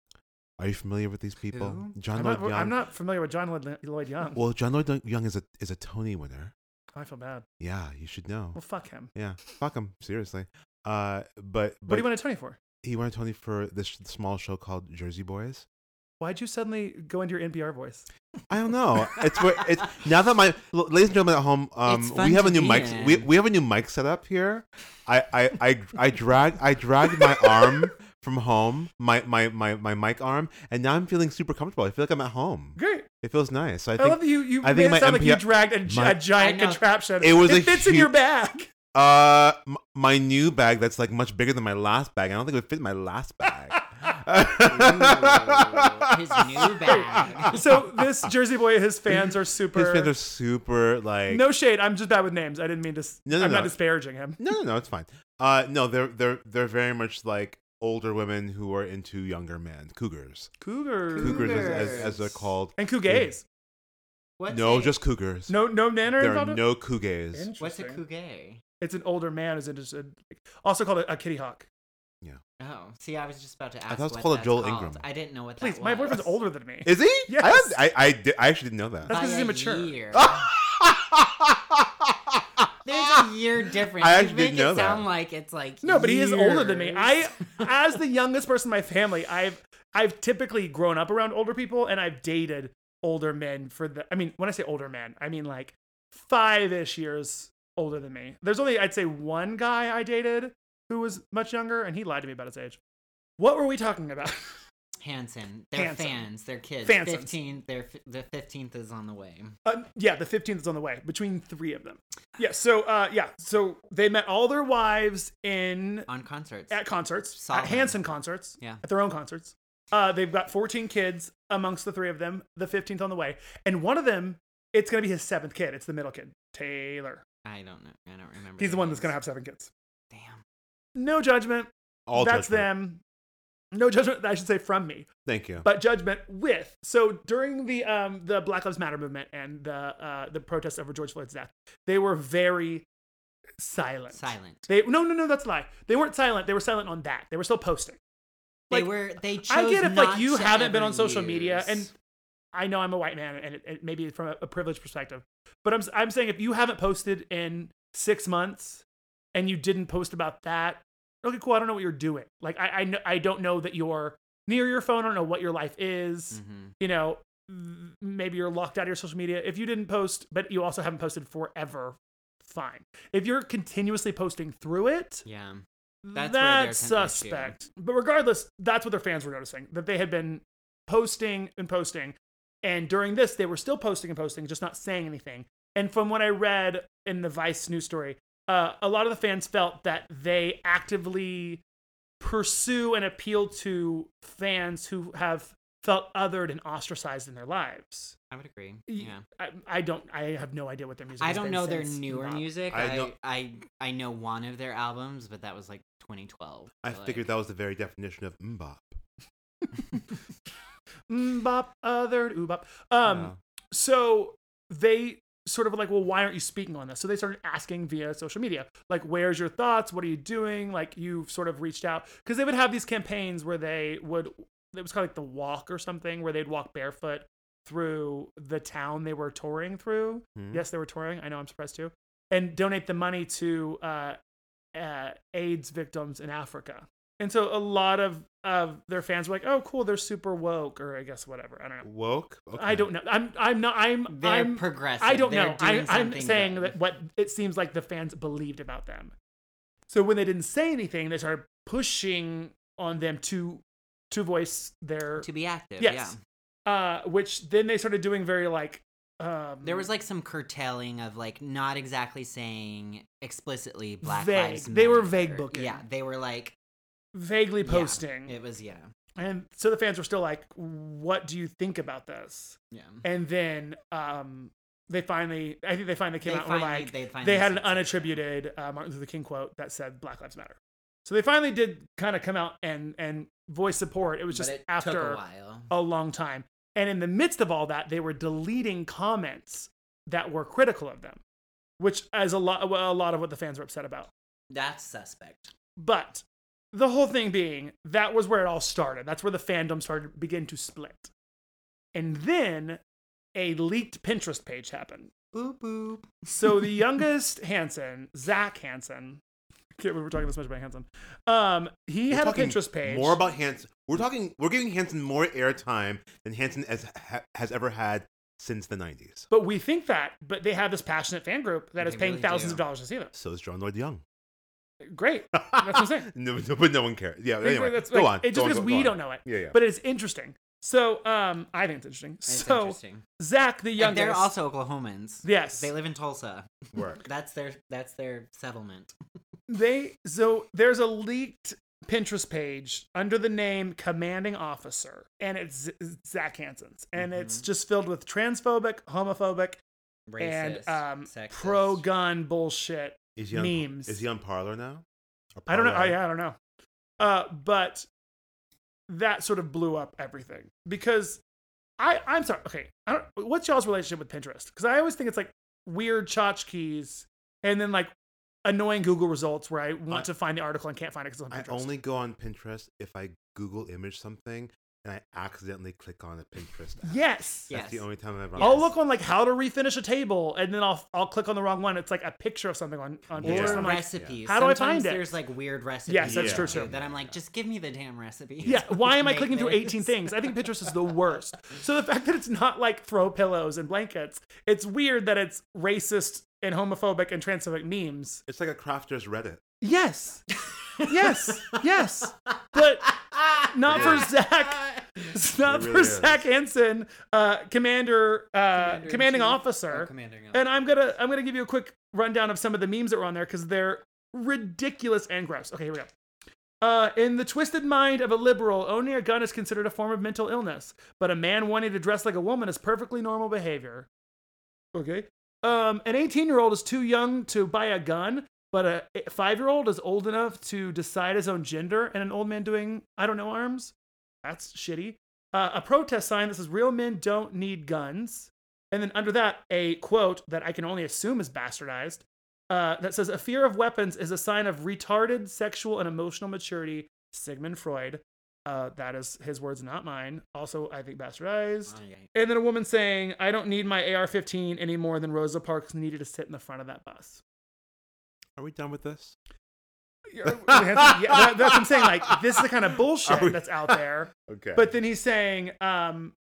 Are you familiar with these people? Who? John I'm Lloyd not, Young. I'm not familiar with John Lloyd, Lloyd Young. Well, John Lloyd Young is a is a Tony winner. I feel bad. Yeah, you should know. Well, fuck him. Yeah, fuck him seriously. Uh, but but What do you want to Tony for? he won a Tony for this sh- small show called Jersey Boys. Why'd you suddenly go into your NPR voice? I don't know. It's where it's now that my l- ladies and gentlemen at home, um, It's fun we have a to new be mic. in. We, we have a new mic set up here. I I I, I drag I dragged my arm from home, my, my my my mic arm, and now I'm feeling super comfortable. I feel like I'm at home. Great. It feels nice. So I I, think love that you, you I think made it my sound like you NPR dragged a, gi- my- a giant I know. contraption. It was a it fits in your huge- bag. Uh, m- my new bag that's like much bigger than my last bag. I don't think it would fit in my last bag. Ooh, his new bag. So this Jersey boy, his fans are super. His fans are super like no shade. I'm just bad with names. I didn't mean to. s- No, no, I'm no. not disparaging him. no no no it's fine. Uh, no they're they're they're very much like older women who are into younger men. Cougars, Cougars. cougars, As, as Cougars. as they're called. And Cougays. What's no, a, just cougars. No, no nanner there involved. are in- no cougars. Interesting. what's a cougar? It's an older man who's interested. Also called a, a kitty hawk. Oh, see, I was just about to ask. thought it was what called a that's Joel called. Ingram. I didn't know what that Please, was. my boyfriend's older than me. Is he? Yes. I, I, I, di- I actually didn't know that. That's By 'cause he's a immature. year. There's a I year difference. I You actually make didn't know it that. sound like it's like No, but he is older than me. years. I, as the youngest person in my family, I've I've typically grown up around older people, and I've dated older men for the. I mean, when I say older men, I mean like five ish years older than me. There's only I'd say one guy I dated who was much younger, and he lied to me about his age. What were we talking about? Hanson. They're Hanson. fans. They're kids. Fansons. 15. They're fi- the 15th is on the way. Uh, yeah, the 15th is on the way between three of them. Yeah, so uh, yeah, so they met all their wives in On concerts. at concerts, Solid. at Hanson concerts, Yeah. at their own concerts. Uh, they've got 14 kids amongst the three of them, the 15th on the way. And one of them, it's going to be his seventh kid. It's the middle kid, Taylor. I don't know. I don't remember. He's the their one that's names. going to have seven kids. Damn. No judgment. All that's judgment. them. No judgment, I should say from me, Thank you. but judgment with. So during the um, the Black Lives Matter movement and the uh, the protests over George Floyd's death, they were very silent. Silent. They no no no that's a lie. They weren't silent. They were silent on that. They were still posting. They Like, were. They chose. I get if like not you to haven't been ever on social media, use- and I know I'm a white man, and it, it maybe from a, a privileged perspective, but I'm s- I'm saying if you haven't posted in six months and you didn't post about that, okay, cool. I don't know what you're doing. Like I I, kn- I don't know that you're near your phone. I don't know what your life is. Mhm. You know, m- maybe you're locked out of your social media. If you didn't post, but you also haven't posted forever, fine. If you're continuously posting through it, yeah, that's That's where their attention is too. suspect. But regardless, that's what their fans were noticing that they had been posting and posting. And during this, they were still posting and posting, just not saying anything. And from what I read in the Vice news story, uh, a lot of the fans felt that they actively pursue and appeal to fans who have felt othered and ostracized in their lives. I would agree. Y- Yeah. I, I don't. I have no idea what their music. I has don't been know their since newer Bob. music. I I, I, know- I know one of their albums, but that was like 2012. I so, figured like, that was the very definition of mbop. Mm, bop, othered, ooh, bop. Oh. Um, Yeah. so they sort of were like, well, why aren't you speaking on this? So they started asking via social media, like, where's your thoughts? What are you doing? Like, you've sort of reached out because they would have these campaigns where they would, it was kind of like the walk or something, where they'd walk barefoot through the town they were touring through. Hmm. Yes, they were touring. I know, I'm surprised too. And donate the money to uh, uh, AIDS victims in Africa. And so a lot of, of their fans were like, oh, cool, they're super woke, or I guess whatever. I don't know. Woke. I don't know. I'm I'm not I'm they're I'm progressive. I don't They're know. I, doing I'm something saying good. that what it seems like the fans believed about them. So when they didn't say anything, they started pushing on them to to voice their to be active. Yeah. Yes. uh which then they started doing very like um There was like some curtailing of like not exactly saying explicitly Black Vague. Lives They were Matter. vague booking. Yeah, they were like vaguely yeah, posting. it was yeah, and so the fans were still like, What do you think about this? yeah. And then um they finally I think they finally came they out and were finally, like they, finally they had an said something. unattributed uh, Martin Luther King quote that said Black Lives Matter. So they finally did kind of come out and and voice support. It was just but it after took a while. a long time. And in the midst of all that, they were deleting comments that were critical of them, which is a lot, well, a lot of what the fans were upset about. That's suspect. But the whole thing being, that was where it all started. That's where the fandom started to begin to split. And then a leaked Pinterest page happened. Boop boop. So the youngest Hansen, Zach Hansen, I can't believe we're talking this much about Hansen. Um, he We're had a talking Pinterest page. More about Hanson. We're talking. We're giving Hanson more airtime than Hanson has ha, has ever had since the '90s. but we think that, but they have this passionate fan group that is They paying really thousands do. of dollars to see them. So is John Lloyd Young. Great. That's what I'm saying. no, no, but no one cares. Yeah. Basically, Anyway, that's go like- on. It's just go on, because go- we go on. don't know it, Yeah, yeah. but it's interesting. So, um, I think it's interesting. It's so, interesting. Zach, the And youngest, they're also Oklahomans. yes, They live in Tulsa. Work. That's their that's their settlement. they so there's a leaked Pinterest page under the name Commanding Officer, and it's Z- Zach Hansen's, and it's just filled with transphobic, homophobic, Racist. and um, sexist. pro-gun bullshit. Is he on, Memes. Is he on Parlor now? Or I don't know. Parler? I, I don't know. Uh, but that sort of blew up everything because I I'm sorry. Okay, I don't, what's y'all's relationship with Pinterest? Because I always think it's like weird tchotchkes and then like annoying Google results where I want I- to find the article and can't find it because I it's on Pinterest. only go on Pinterest if I Google image something and I accidentally click on a Pinterest. App. yes. That's the Yes. only time I've. I'll look on like how to refinish a table, and then I'll I'll click on the wrong one. It's like a picture of something on on Yeah. Or Pinterest. I'm like, recipes. How do I Sometimes find it? There's like weird recipes. Yes, that's true, too, too. That I'm like, just give me the damn recipe. yeah, why am I Make clicking through this. 18 things? I think Pinterest is the worst. So the fact that it's not like throw pillows and blankets, it's weird that it's racist and homophobic and transphobic memes. It's like a crafter's Reddit. Yes. Yes. Yes. But not for Yeah. Zach. It's not It for really is. Zach Hansen, uh, commander, uh, Commander in commanding chief. officer. Oh, commanding officer. and I'm gonna I'm gonna give you a quick rundown of some of the memes that were on there because they're ridiculous and gross. Okay, here we go. Uh, in the twisted mind of a liberal, owning a gun is considered a form of mental illness, but a man wanting to dress like a woman is perfectly normal behavior. Okay. Um, an 18 year old is too young to buy a gun, but a five year old is old enough to decide his own gender, and an old man doing, I don't know, arms? That's shitty. Uh, a protest sign that says, Real men don't need guns. And then under that, a quote that I can only assume is bastardized uh, that says, A fear of weapons is a sign of retarded sexual and emotional maturity. Sigmund Freud. Uh, that is his words, not mine. Also, I think bastardized. Oh, yeah. And then a woman saying, I don't need my AR 15 any more than Rosa Parks needed to sit in the front of that bus. Are we done with this? Yeah, that- that's what I'm saying. Like, this is the kind of bullshit Are we- that's out there. Okay. But then he's saying, um,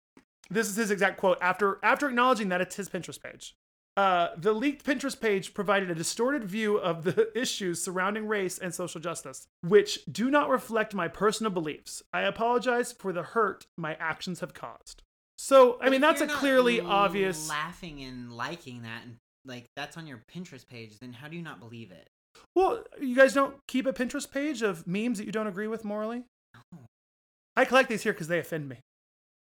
this is his exact quote after after acknowledging that it's his Pinterest page. Uh, the leaked Pinterest page provided a distorted view of the issues surrounding race and social justice, which do not reflect my personal beliefs. I apologize for the hurt my actions have caused. So, I But mean, if that's a you're not clearly obvious. Laughing and liking that, and like that's on your Pinterest page. Then how do you not believe it? Well, you guys don't keep a Pinterest page of memes that you don't agree with morally? No. I collect these here because they offend me.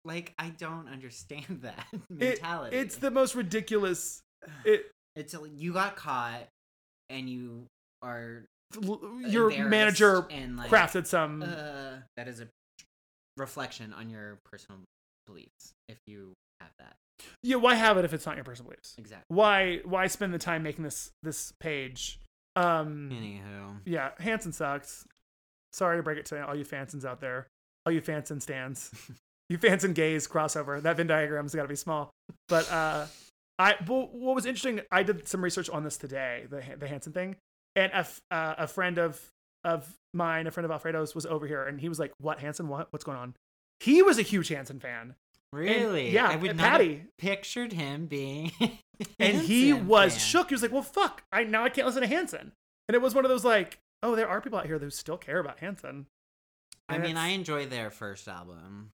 Like I don't understand that It- mentality. it's the most ridiculous. It, it's like you got caught, and you are your embarrassed manager and like, crafted some. Uh, that is a reflection on your personal beliefs. If you have that, yeah, why have it if it's not your personal beliefs? exactly. Why why spend the time making this this page? Um, Anywho, yeah, Hanson sucks. Sorry to break it to all you Fansons out there, all you Fanson stands, you Fanson gays crossover. That Venn diagram's got to be small. But uh, I well, what was interesting, I did some research on this today, the Han- the Hanson thing, and a f- uh, a friend of of mine, a friend of Alfredo's, was over here, and he was like, "What Hanson? What? What's going on?" He was a huge Hanson fan. And- really? yeah, I would and not have Patty. pictured him being. and he Hanson was fan. shook. He was like, "Well, fuck! I now I can't listen to Hanson." And it was one of those like, "Oh, there are people out here who still care about Hanson." I And mean, it's- I enjoy their first album.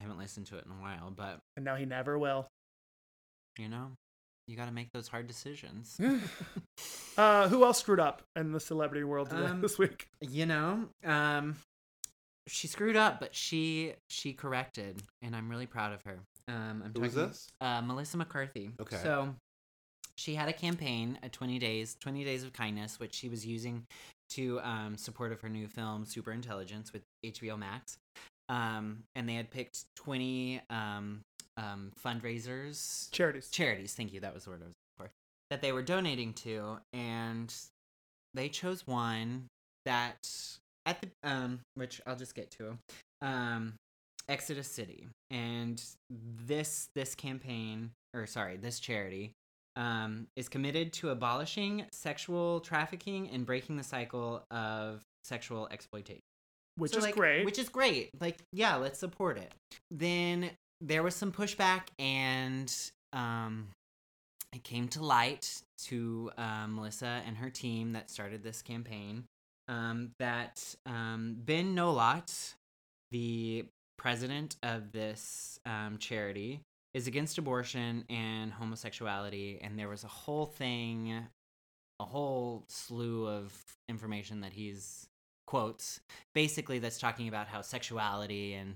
I haven't listened to it in a while, but and now he never will. you know, you got to make those hard decisions. Uh, who else screwed up in the celebrity world today- Um, this week? you know, um, she screwed up, but she she corrected, and I'm really proud of her. Um, I'm Who is talking- this? Uh, Melissa McCarthy. Okay. So she had a campaign, a 20 days, 20 days of kindness, which she was using to um, support of her new film Super Intelligence with HBO Max, um, and they had picked twenty um, um, fundraisers Charities. charities. Thank you. That was the word I was looking for. That they were donating to, and they chose one that at the um, which I'll just get to, um, Exodus City, and this this campaign or sorry this charity. Um, is committed to abolishing sexual trafficking and breaking the cycle of sexual exploitation which so, is like, great. Which is great. Like, yeah, let's support it. Then there was some pushback, and um, it came to light to uh, Melissa and her team that started this campaign um, that um, Ben Nolot, the president of this um, charity, is against abortion and homosexuality, and there was a whole thing, a whole slew of information that he's quotes basically that's talking about how sexuality and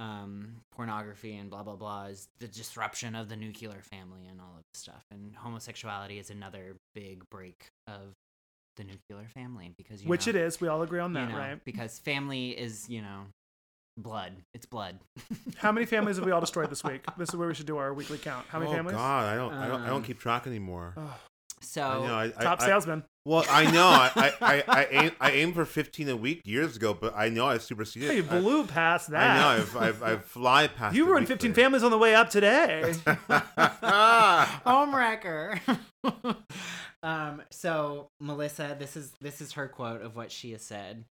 um, pornography and blah blah blah is the disruption of the nuclear family and all of this stuff. And homosexuality is another big break of the nuclear family because you which know, it is. We all agree on you that, know, right? Because family is you know blood. It's blood. How many families have we all destroyed this week? This is where we should do our weekly count. How many oh families? God, I don't, I don't, I Um, don't keep track anymore. Ugh. So I know, I, I- Top I- salesman. Well, I know, I, I, I, I aim, I aim for 15 a week years ago, but I know I've superseded. You I, blew past I know, that. I've, I've, I've fly past. You it ruined 15 weekly. families on the way up today. Oh, homewrecker. um, so Melissa, this is this is her quote of what she has said.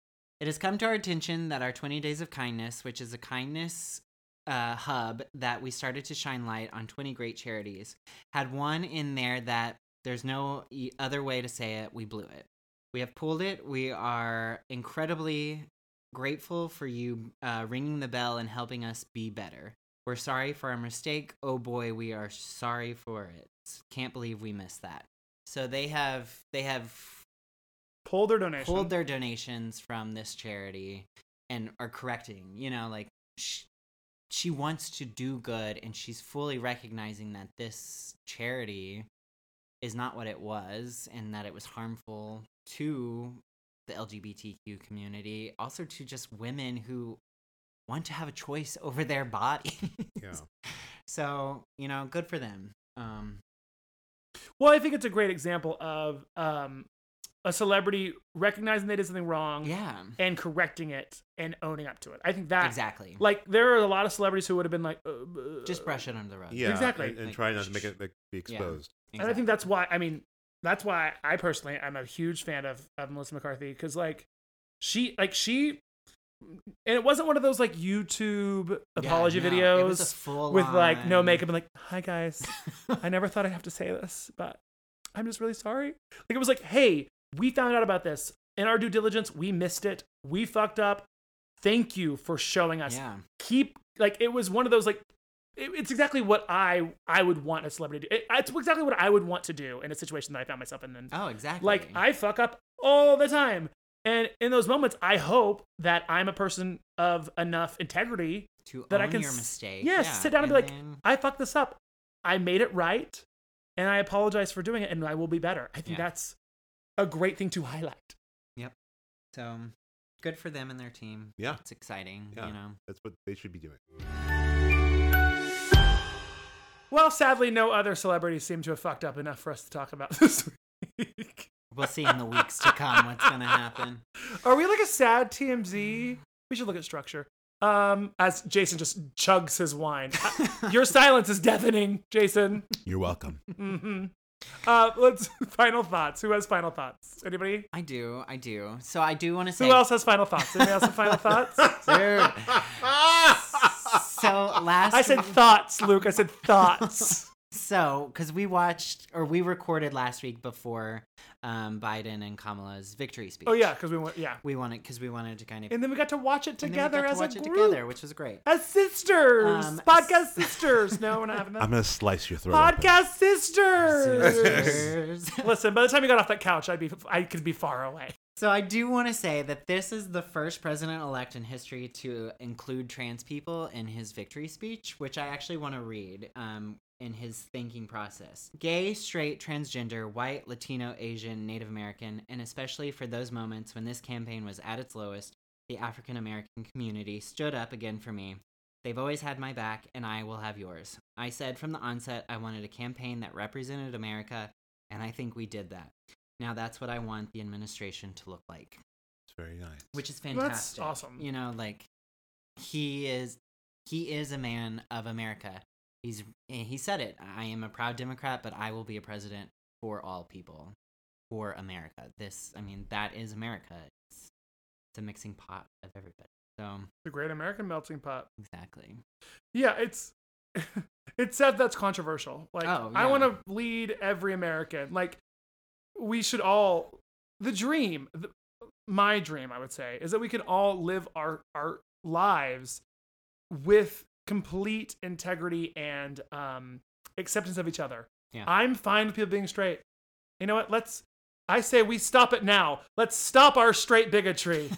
It has come to our attention that our 20 Days of Kindness, which is a kindness uh, hub that we started to shine light on 20 great charities, had one in there that there's no e- other way to say it. We blew it. We have pulled it. We are incredibly grateful for you uh, ringing the bell and helping us be better. We're sorry for our mistake. Oh boy, we are sorry for it. Can't believe we missed that. So they have they have Pull their donation. pulled their donations from this charity and are correcting. You know, like she, she wants to do good and she's fully recognizing that this charity is not what it was and that it was harmful to the LGBTQ community, also to just women who want to have a choice over their body. Yeah. So, you know, good for them. Um, Well, I think it's a great example of um, a celebrity recognizing they did something wrong yeah, and correcting it and owning up to it. I think that exactly. like there are a lot of celebrities who would have been like uh, uh, Just brush it under the rug. Yeah, Exactly. And, and Like, try not to make it like, be Yeah. exposed. And I think that's why, I mean, that's why I personally, I'm a huge fan of, of Melissa McCarthy because, like, she, like, she, and it wasn't one of those, like, YouTube apology videos with, like, no makeup and, like, hi guys, I never thought I'd have to say this, but I'm just really sorry. Like, it was like, hey, we found out about this in our due diligence. We missed it. We fucked up. Thank you for showing us Yeah. keep like it was one of those like it, it's exactly what I I would want a celebrity to do. It, it's exactly what I would want to do in a situation that I found myself in. Then Oh, exactly. like I fuck up all the time, and in those moments, I hope that I'm a person of enough integrity. to that I own can your s- mistake. yes, yeah, sit down and be like, then- I fucked this up. I made it right, and I apologize for doing it, and I will be better. I think Yeah. that's a great thing to highlight. so good for them and their team. Yeah. it's exciting. Yeah. You know, That's what they should be doing. Well, sadly, no other celebrities seem to have fucked up enough for us to talk about this week. we'll see in the weeks to come what's gonna happen. Are we like a sad TMZ? We should look at structure. Um, as Jason just chugs his wine. Uh, Your silence is deafening, Jason. You're welcome. hmm Uh, let's final thoughts. Who has final thoughts? Anybody? I do, I do. So I do want to say, Who else has final thoughts? Anybody else have final thoughts? Dude. so last I said week- thoughts, Luke. I said thoughts. So, because we watched or we recorded last week before um, Biden and Kamala's victory speech. Oh yeah, because we went. Yeah, we wanted because we wanted to kind of and then we got to watch it and then we together got to as watch a it group, together, which was great. as sisters, Um, podcast sisters. No, we're not having that. I'm gonna slice your throat. open. Podcast sisters. Sisters. Listen, by the time you got off that couch, I'd be I could be far away. so I do want to say that this is the first president-elect in history to include trans people in his victory speech, which I actually want to read. Um, in his thinking process. Gay, straight, transgender, white, Latino, Asian, Native American, and especially for those moments when this campaign was at its lowest, the African American community stood up again for me. They've always had my back, and I will have yours. I said from the onset I wanted a campaign that represented America, and I think we did that. Now that's what I want the administration to look like, It's very nice. which is that's fantastic. awesome. You know, like he is he is a man of America. He's and he said it. I am a proud Democrat, but I will be a president for all people, for America. This, I mean, that is America. It's it's a mixing pot of everybody. So The Great American Melting Pot. exactly. Yeah, it's it's sad that's controversial. Like Oh, I yeah. want to lead every American. Like we should all the dream, the, my dream, I would say, is that we can all live our our lives with complete integrity and um acceptance of each other. Yeah. I'm fine with people being straight. You know what? Let's I say we stop it now. Let's stop our straight bigotry.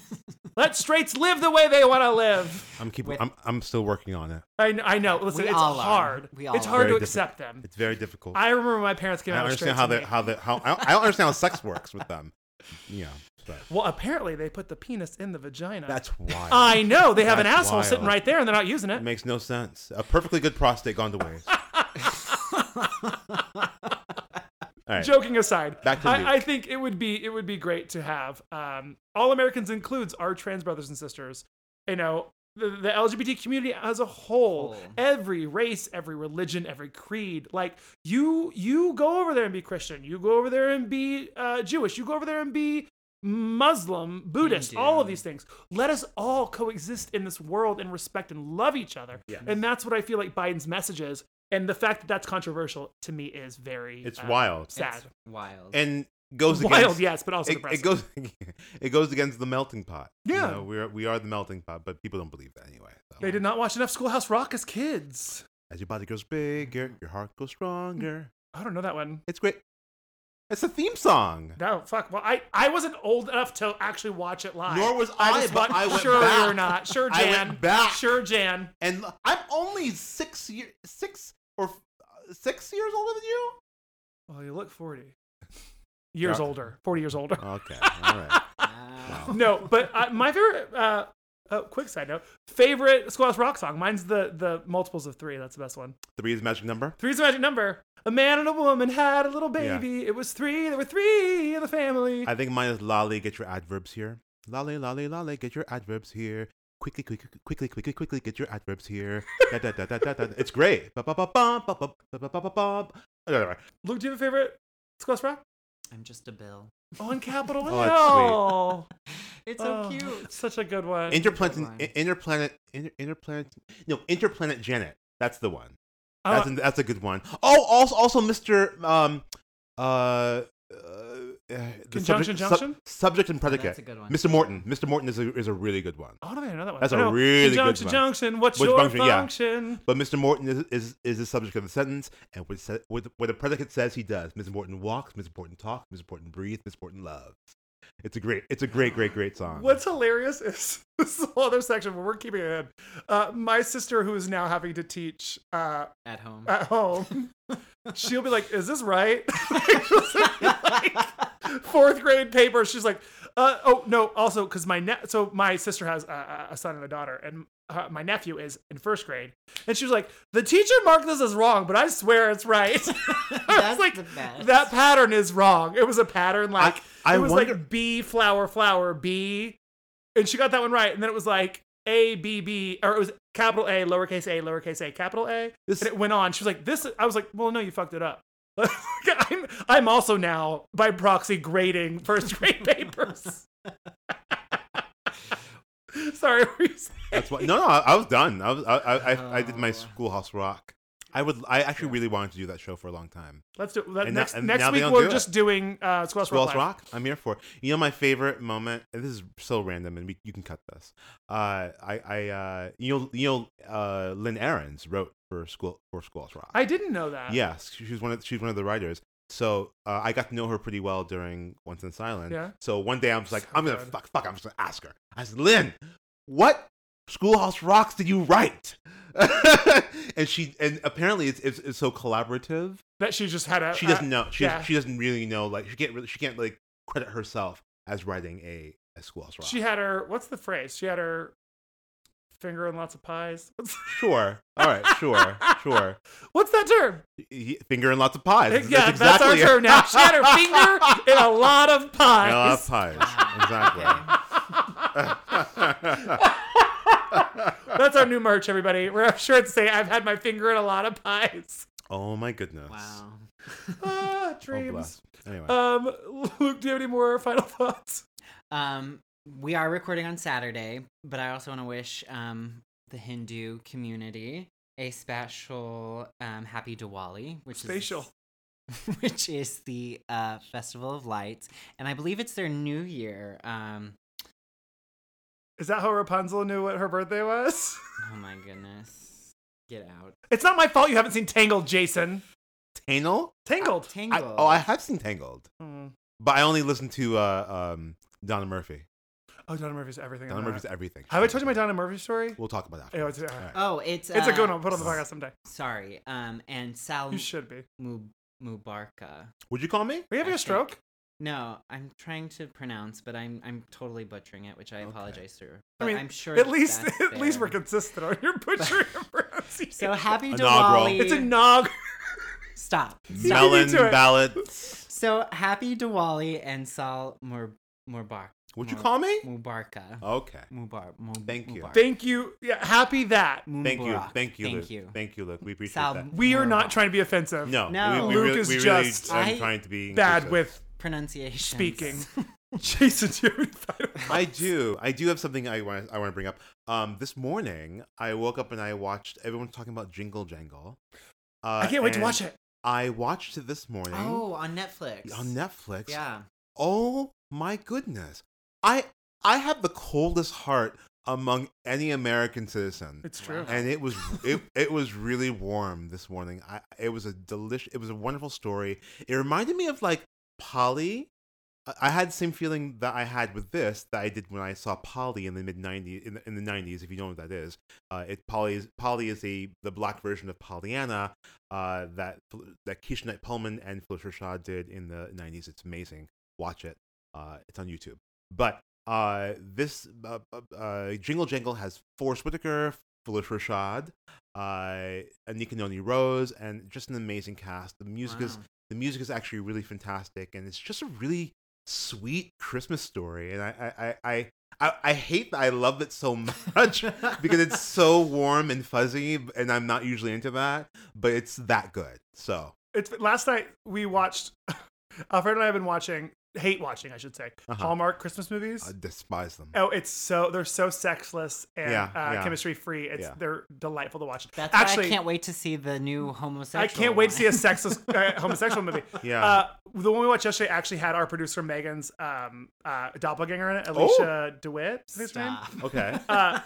Let straights live the way they want to live. I'm keeping. With- I'm, I'm still working on it. I know. I know. Listen, We it's all are. hard. We all it's are. hard to Very accept them. It's very difficult. I, I remember when my parents came don't out of straight understand how to the me. how the how I don't, I don't understand how sex works with them. Yeah, but Well, apparently they put the penis in the vagina. that's wild. I know. They have an That's asshole sitting wild. right there, and they're not using It it. makes no sense. A perfectly good prostate gone to waste. All right. Joking aside, Back to Luke. I, I think it would be it would be great to have um, all Americans includes our trans brothers and sisters. You know, the, the LGBT community as a whole, Whole. every race, every religion, every creed. Like you, you go over there and be Christian. You go over there and be uh, Jewish. You go over there and be Muslim, Buddhist, Hindu. all of these things. Let us all coexist in this world and respect and love each other. Yes. And that's what I feel like Biden's message is. And the fact that that's controversial to me is very It's uh, wild sad. It's wild. and goes wild, against. yes, but also It, depressing. it goes. it goes against the melting pot. Yeah. you know, we are we are the melting pot, but people don't believe that anyway. So. They did not watch enough Schoolhouse Rock as kids. As your body grows bigger, your heart grows stronger. I don't know that one. It's great. It's a theme song. No, fuck. Well, I, I wasn't old enough to actually watch it live. Nor was I, just but watched- I went sure back. you're not. Sure, I Jan. went back. Sure, Jan. And l- I'm only six year, six or f- uh, six years older than you. Well, you look 40. Years Yeah. older. 40 years older. Okay, all right. Wow. no, but uh, my favorite. Uh, oh, quick side note. Favorite Schoolhouse Rock song. Mine's the the multiples of three. That's the best one. Three is a magic number. Three's a magic number. A man and a woman had a little Yeah. baby. It was three. There were three in the family. I think mine is lolly. Get your adverbs here. Lolly, lolly, lolly. Get your adverbs here. Quickly, quickly, quickly, quickly, quickly. Get your adverbs here. da, da, da, da, da, da. It's great. Ba, ba, ba, ba, ba, ba, ba, ba, ba, ba. Anyway, Luke, do you have a favorite Schoolhouse Rock? I'm just a bill. On Capitol Oh, that's Hill. It's so Oh, cute. Such a good one. Interplanet, line. in- interplanet, inter, interplanet. No, interplanet Janet. That's the one. Oh. I That's, don't- a, that's a good one. Oh, also, also, Mr. Um, uh, uh, the Conjunction, subject, junction? subject and predicate. That's a good one. Mr. Morton. Mr. Morton is a, is a really good one. oh, no, I know that one. That's I a know. really good Junction, one. Junction, what's Which your function? function? Yeah. But Mr. Morton is is, is the subject of the sentence, and what, se- what, what the predicate says, he does. Mr. Morton walks. Mr. Morton talks. Mr. Morton breathes. Mr. Morton loves. It's a great, it's a great, great, great song. What's hilarious is this is a whole other section, but we're keeping it in. Uh, my sister, who is now having to teach uh, At home. at home, she'll be like, Is this right? Like, Fourth grade paper. She's like, uh, oh no. Also, because my ne- so my sister has a, a son and a daughter, and uh, my nephew is in first grade, and she was like, the teacher marked this as wrong, but I swear it's right. I was That's like, the best. that pattern is wrong. It was a pattern like I it was wonder- like B flower flower B, and she got that one right, and then it was like A B B or it was capital A lowercase a lowercase a capital A, This- and it went on. She was like, this. I was like, well, no, you fucked it up. I'm I'm also now by proxy grading first grade papers. Sorry, what were you saying? That's why. No, no, I, I was done. I was, I, I, I, I did my Oh. Schoolhouse Rock. I would, I actually really wanted to do that show for a long time. Let's do that, And next. now- and next now they week don't we're do it. just doing uh, Squash Schoolhouse Rock. Live. Rock, I'm here for. You know, my favorite moment. And this is so random, and we, you can cut this. Uh, I, I, uh, you know, you know, uh, Lynn Ahrens wrote for school for Schoolhouse Rock. I didn't know that. yes, she was one of, she's one of the writers. So uh, I got to know her pretty well during Once in Silence. Yeah. So one day I was like, So I'm gonna good. fuck, fuck, I'm just gonna ask her. I said, Lynn, what Schoolhouse Rocks did you right? and she and apparently it's, it's, it's so collaborative. That she just had a. She a- doesn't know. She Uh, yeah. she doesn't really know. Like she can't really she can't like credit herself as writing a, a Schoolhouse Rock. She had her. What's the phrase? She had her finger in lots of pies. What's, sure. All right. Sure. sure. what's that term? Y- Finger in lots of pies. That's yeah, that's our exactly it. term now. She had her finger in a lot of In a lot of pies. pies. Exactly. That's our new merch, everybody. We're up sure to say I've had my finger in a lot of pies. oh my goodness. Wow. Ah, Oh, dreams. bless. Anyway. um, Luke, do you have any more final thoughts? Um, we are recording on Saturday, but I also want to wish um, the Hindu community a special um, happy Diwali, which Spatial. is which is the uh, festival of lights, and I believe it's their new year. Um, Is that how Rapunzel knew what her birthday was? oh my goodness, get out! It's not my fault you haven't seen Tangled, Jason. Tangle? Tangled. I, Tangled. oh, I have seen Tangled, Hmm. but I only listened to uh, um, Donna Murphy. Oh, Donna Murphy's everything. Donna on Murphy's that. everything. Have I told you my Donna Murphy story? We'll talk about that. Yeah, it's- afterwards. all right. All Oh, it's It's a uh, good one. I'll Put it on the podcast someday. Sorry, um, and Sal You should be. Mu- Mubarka. Would you call me? Are you having I a stroke? No, I'm trying to pronounce, but I'm I'm totally butchering it, which I Okay. apologize for. I But mean, I'm sure At least, that's at least fair. we're consistent on your butcher pronunciation. So happy Inaugural. Diwali! It's a nog. stop. me Stop. Melon to it. ballots. So happy Diwali and Sal Mur Murbark Would you Mur- call me? Mubarka Okay. Mubar. Mur- Oh. Thank you. Mubarak. Thank you. Yeah, happy that Thank you. Mubarak. Thank you. Thank Luke. you. Thank you, Luke. We appreciate Sal that. we are Mubarak. not trying to be offensive. No, No. We, we Luke really, is we just- really, I'm I- trying to be Bad inclusive. with pronunciation. speaking. Jason, do you have any final thoughts? I do. I do have something I want. I want to bring up. Um, this morning I woke up and I watched. Everyone's talking about Jingle Jangle. Uh, I can't wait to and watch it. I watched it this morning Oh, on Netflix. on Netflix. Yeah. Oh my goodness. I I have the coldest heart among any American citizen. It's true. Wow. and it was it, it was really warm this morning. I it was a delicious it was a wonderful story. It reminded me of like Polly. I- I had the same feeling that I had with this that I did when I saw Polly in the mid '90s in the, in the '90s. If you don't know what that is, uh, it Polly is Polly is the the black version of Pollyanna uh, that that Keisha Knight Pullman and Felicia Shaw did in the '90s. It's amazing. Watch it. Uh, it's on YouTube. But uh, this uh, uh, uh, Jingle Jangle has Forrest Whitaker, Felicia Rashad, uh, Anika Noni Rose, and just an amazing cast. The music is Wow. the music is actually really fantastic, and it's just a really sweet Christmas story. And I I I. I I, I hate that I love it so much because it's so warm and fuzzy, and I'm not usually into that, but it's that good. So, It's last night we watched. Alfred and I have been watching, hate watching, I should say, Uh-huh. Hallmark Christmas movies. I despise them. Oh, it's so they're so sexless and Yeah, uh, yeah. chemistry free. It's Yeah. they're delightful to watch. That's Actually- why I can't wait to see the new homosexual. I can't wait to see a one. sexless uh, homosexual movie. Yeah. Uh, the one we watched yesterday actually had our producer Megan's um, uh, doppelganger in it, Oh. Alicia DeWitt. Is that her name? Stop. Okay. Uh,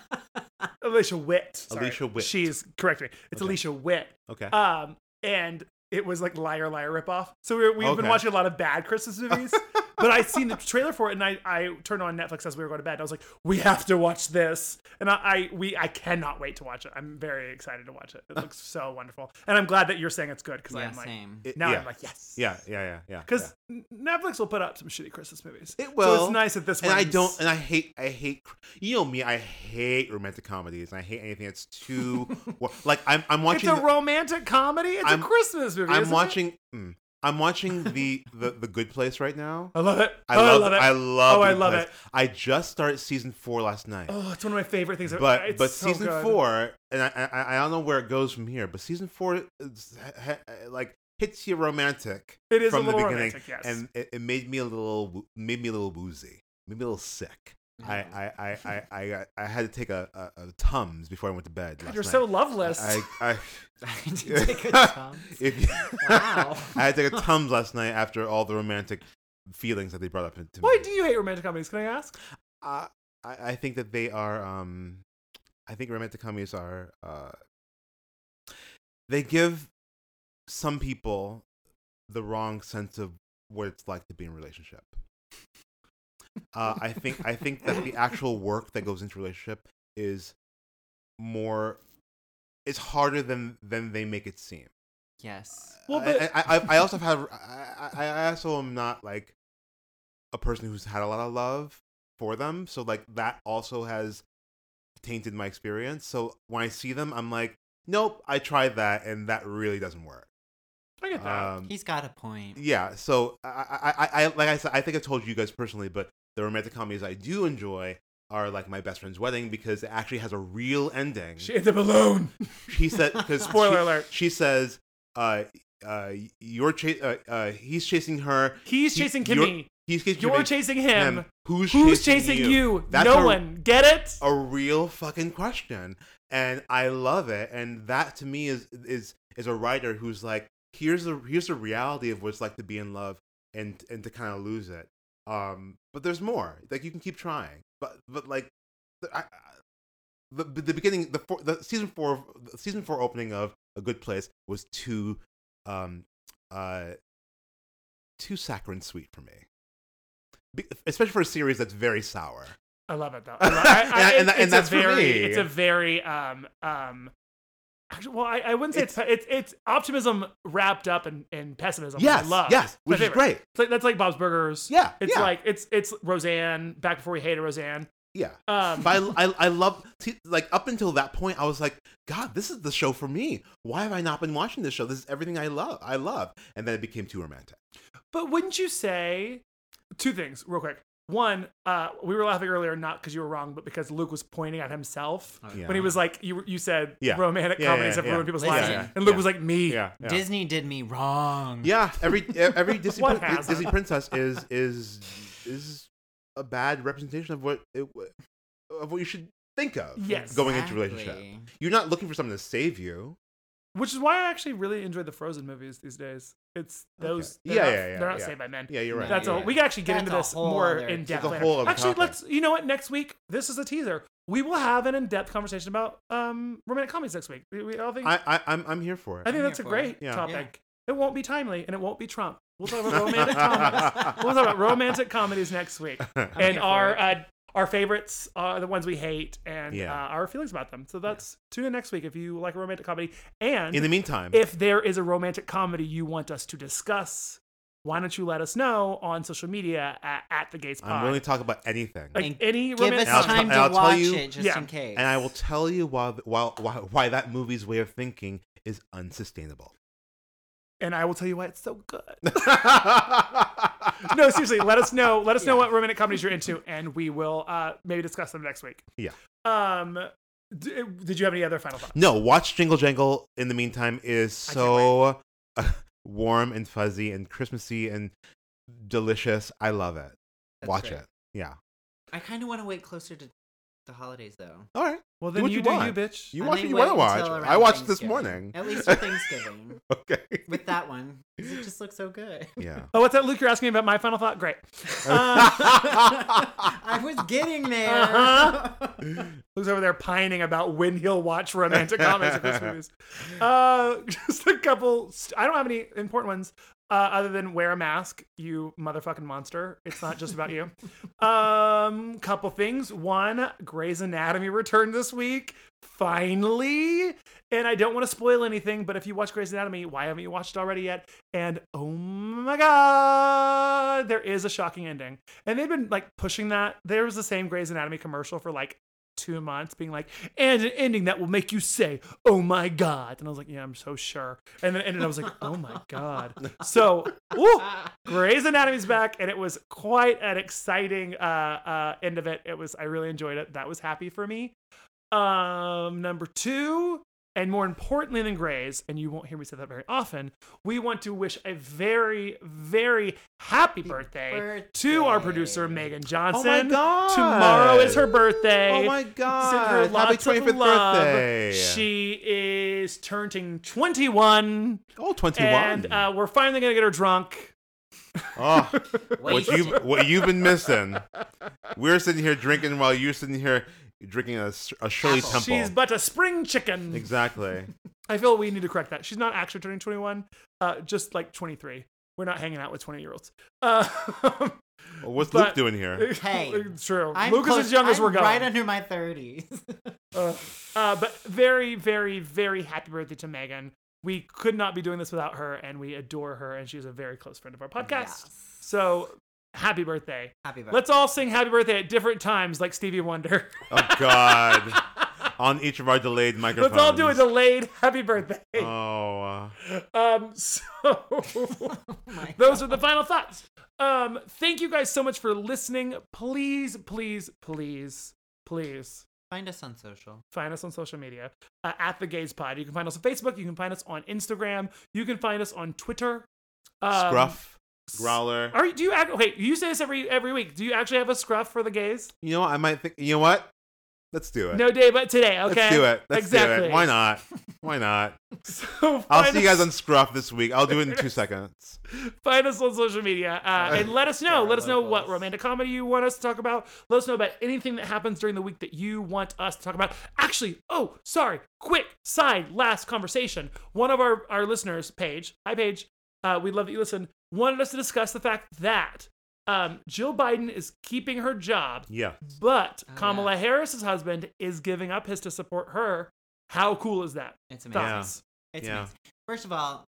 Alicia Witt. sorry. Alicia Witt. She's correct me. It's Okay. Alicia Witt. Okay. Um, and it was like liar liar ripoff. So we were, we've been Okay. watching a lot of bad Christmas movies. but I seen the trailer for it, and I, I turned on Netflix as we were going to bed. And I was like, we have to watch this, and I, I we I cannot wait to watch it. I'm very excited to watch it. Uh. It looks so wonderful, and I'm glad that you're saying it's good because Yeah, I'm like same. It- now yeah. I'm like yes Yeah, yeah, yeah, yeah. yeah. because Netflix will put up some shitty Christmas movies. It So will. it's nice that this and one. I don't, and I hate, I hate. You know me, I hate romantic comedies. and I hate anything that's too wa- like I'm. I'm It's watching. a romantic comedy. It's I'm- a Christmas movie. I'm isn't it? watching. mm, I'm watching the, the the Good Place right now. I love it. I oh, I love, love it. I love. Oh, The I Good love Place. it. I just started season four last night. oh, it's one of my favorite things. but it's but so season good. four, and I, I I don't know where it goes from here. But season four, is, ha, ha, like hits you romantic It is from a the little beginning, romantic, yes. and it, it made me a little wo- made me a little woozy, made me a little sick. Mm-hmm. I I, I, I, I got- I had to take a, a, a tums before I went to bed. God, last you're night. so loveless. I, I, Take a dump. if you, Wow. I had to take a tums last night after all the romantic feelings that they brought up to me. Why do you hate romantic comedies? Can I ask? I, I I think that they are. Um, I think romantic comedies are. Uh, they give some people the wrong sense of what it's like to be in a relationship. Uh, I think I think that the actual work that goes into a relationship is more. It's harder than than they make it seem. Yes. Well, I- but I, I, I also have I, I I also am not like a person who's had a lot of love for them, so like that also has tainted my experience. So when I see them, I'm like, nope, I tried that, and that really doesn't work. I get that. Um, He's got a point. yeah, so I, I, I, I like I said, I think I've told you guys personally, but the romantic comedies I do enjoy are like my best friend's wedding because it actually has a real ending. she ate the balloon. She said, because Spoiler she, alert. she says, uh, uh, you're cha- uh, uh, he's chasing her. He's he- chasing you're- Kimmy. He's chasing You're, chasing him. Who's, Who's chasing, you? Oh. That's no a- one. Get it? A real fucking question, and I love it. And that to me is is is a writer who's like, here's the here's the reality of what it's like to be in love and and to kind of lose it. Um, but there's more. Like you can keep trying, but but like, the- I, I- the the beginning the four, the season four of- the season four opening of A Good Place was too um uh too saccharine sweet for me. Be- especially for a series that's very sour. I love it though. I love- I- I- And- and it's a that's for very, me. It's a very um um. Actually, well, I, I wouldn't say it's it's, it's optimism wrapped up in, in pessimism. which Yes, I love. yes, It's my which is favorite. great. It's like, that's like Bob's Burgers. Yeah, It's yeah, like it's it's Roseanne. Back before we hated Roseanne. yeah. Um, But I, I, I love see, like up until that point, I was like, God, this is the show for me. Why have I not been watching this show? This is everything I love. I love, and then it became too romantic. But wouldn't you say two things real quick? One, uh, we were laughing earlier, not because you were wrong, but because Luke was pointing at himself Oh, Yeah. when he was like, "You you said Yeah. romantic Yeah, comedies yeah, have yeah. ruined people's Listen. lives," Yeah, and Luke yeah. was like, "Me." Disney did me wrong. yeah. Every e, every Disney, What prin- has Disney it? princess is is is a bad representation of what it, of what you should think of. Yes. going into a relationship, Exactly. you're not looking for someone to save you. Which is why I actually really enjoy the Frozen movies these days. It's those. they're Okay. Yeah, not- yeah, yeah, They're not yeah. saved by men. Yeah, you're right. That's yeah, all. yeah. We can actually get That's into a this whole more other- in It's a depth. later. whole other Actually, topic. let's. You know what? Next week, this is a teaser. We will have an in-depth conversation about um, romantic comedies next week. We, we all think. I, I, I I'm I'm here for it. think I'm that's a here for it. great Yeah. Yeah. topic. It won't be timely, and it won't be Trump. We'll talk about romantic comedies. We'll talk about romantic comedies next week, and here for our it. uh, our favorites, uh, the ones we hate, and Yeah. uh, our feelings about them. So that's tune in next week if you like a romantic comedy. And In the meantime, if there is a romantic comedy you want us to discuss, why don't you let us know on social media at, at the Gates I'm Pod? willing to talk about anything. like And any Give us romantic And I'll t- time and I'll to tell watch you- it just Yeah. in case. and I will tell you why, why, why, why that movie's way of thinking is unsustainable. and I will tell you why it's so good. yeah. No, seriously, let us know. Let us know Yeah. what romantic comedies you're into, and we will uh, maybe discuss them next week. Yeah. Um, d- did you have any other final thoughts? No, watch Jingle Jangle in the meantime is I so uh, warm and fuzzy and Christmassy and delicious. I love it. That's watch great. it. Yeah. I kind of want to wait closer to the holidays, though. All right. Well, Do then what you you do want. you, bitch. You I watch may what you wait want to watch. until around I watched this Thanksgiving. morning. At least for Thanksgiving. okay. With that one. 'cause It just looks so good. Yeah. Oh, what's that, Luke? You're asking me about my final thought. Great. Um, I was getting there. Uh-huh. Luke's over there pining about when he'll watch romantic comedies or Christmas movies. Uh, just a couple. St- I don't have any important ones uh, other than wear a mask, you motherfucking monster. It's not just about you. Um, couple things. One, Grey's Anatomy returned this week. Finally, and I don't want to spoil anything, but if you watch Grey's Anatomy, why haven't you watched it already yet? And oh my god, there is a shocking ending. And they've been like pushing that. There was the same Grey's Anatomy commercial for like two months, being like, and an ending that will make you say, oh my God. And I was like, yeah, I'm so sure. And then and I was like, oh my God. So, woo, Grey's Anatomy's back. And it was quite an exciting uh, uh, end of it. It was, I really enjoyed it. That was happy for me. Um, number two, and more importantly than Grey's, and you won't hear me say that very often, we want to wish a very, very happy birthday, to our producer, Birthday. Megan Johnson. Oh my god. Tomorrow is her birthday. Oh my god. Send her lots Happy of 25th love. birthday. She is turning 21, Oh, 21. and uh, we're finally going to get her drunk. uh, oh, what Wasted. you what you've been missing. We're sitting here drinking while you're sitting here drinking a, s- a Shirley Apple. Temple. She's but a spring chicken. exactly. I feel we need to correct that. She's not actually turning 21, uh, just like 23. We're not hanging out with 20 year olds. Uh, Well, what's Luke But- doing here? Hey, true. I'm Luke close, is as young as I'm we're going. Right under my thirties. Ugh. Uh, but very, very, very happy birthday to Megan. We could not be doing this without her, and we adore her, and she's a very close friend of our podcast. So happy birthday. Happy birthday. Let's all sing happy birthday at different times, like Stevie Wonder. Oh God! On each of our delayed microphones. Let's all do a delayed happy birthday. Oh, Um, so. Oh my those are the final thoughts. Um, thank you guys so much for listening. Please, please, please, please Find us on social. find us on social media uh, at the Gays Pod. You can find us on Facebook. You can find us on Instagram. You can find us on Twitter. Um, scruff, growler. Are you- do you act? Okay, you say this every every week. Do you actually have a scruff for the gays? You know what? I might think. You know what? Let's do it. No day but today. Okay, Let's do it. Let's exactly. do it. Why not? Why not? So I'll find see you guys us- on Scruff this week. I'll do it in two seconds. Find us on social media uh, Sorry. and let us know. Sorry, let us know what locals. romantic comedy you want us to talk about. Let us know about anything that happens during the week that you want us to talk about. Actually, oh, sorry, quick side last conversation. One of our, our listeners, Paige, hi Paige, uh, we love that you listen, wanted us to discuss the fact that um, Jill Biden is keeping her job, Yeah. but Oh, Kamala Harris's husband is giving up his to support her. How cool is that? It's amazing. Yeah. Thoughts? It's Yeah. amazing. First of all,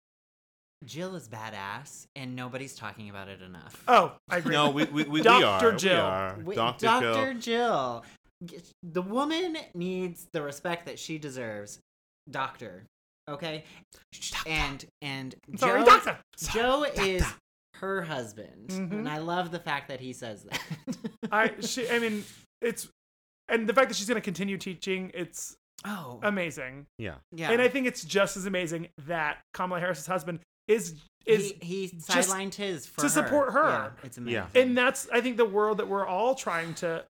Jill is badass, and nobody's talking about it enough. Oh, I agree. No, we we, we, we Dr. are. Jill. We are. Wi- Dr. Jill. Jill. G- The woman needs the respect that she deserves. Doctor. Okay? And and Sorry, Joe, doctor. Joe is her husband. Mhm. And I love the fact that he says that. I she I mean it's and the fact that she's going to continue teaching it's oh. amazing. Yeah. yeah. Um, And I think it's just as amazing that Kamala Harris's husband is is he, he just sidelined his for to support her. Yeah, it's amazing. Yeah. and that's I think the world that we're all trying to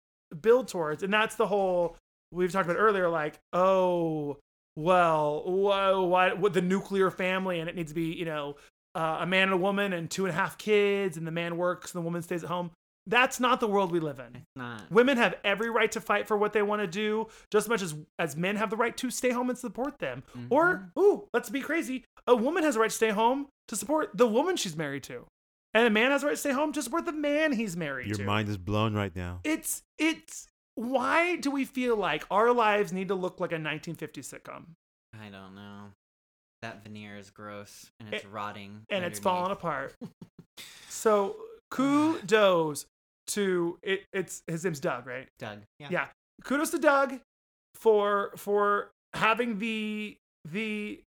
build towards and that's the whole we've talked about earlier like oh well whoa why what the nuclear family and it needs to be you know uh, a man and a woman and two and a half kids and the man works and the woman stays at home that's not the world we live in It's not. Women have every right to fight for what they want to do, just as much as as men have the right to stay home and support them. Or, Mm-hmm. ooh, let's be crazy. A woman has a right to stay home to support the woman she's married to. And a man has a right to stay home to support the man he's married Your to. mind is blown right now. It's it's why do we feel like our lives need to look like a 1950s sitcom? I don't know. That veneer is gross and it's It- rotting. and it's underneath. falling apart. so kudos to it, it's his name's Doug, right? Doug. Yeah. Yeah. kudos to Doug for for having the the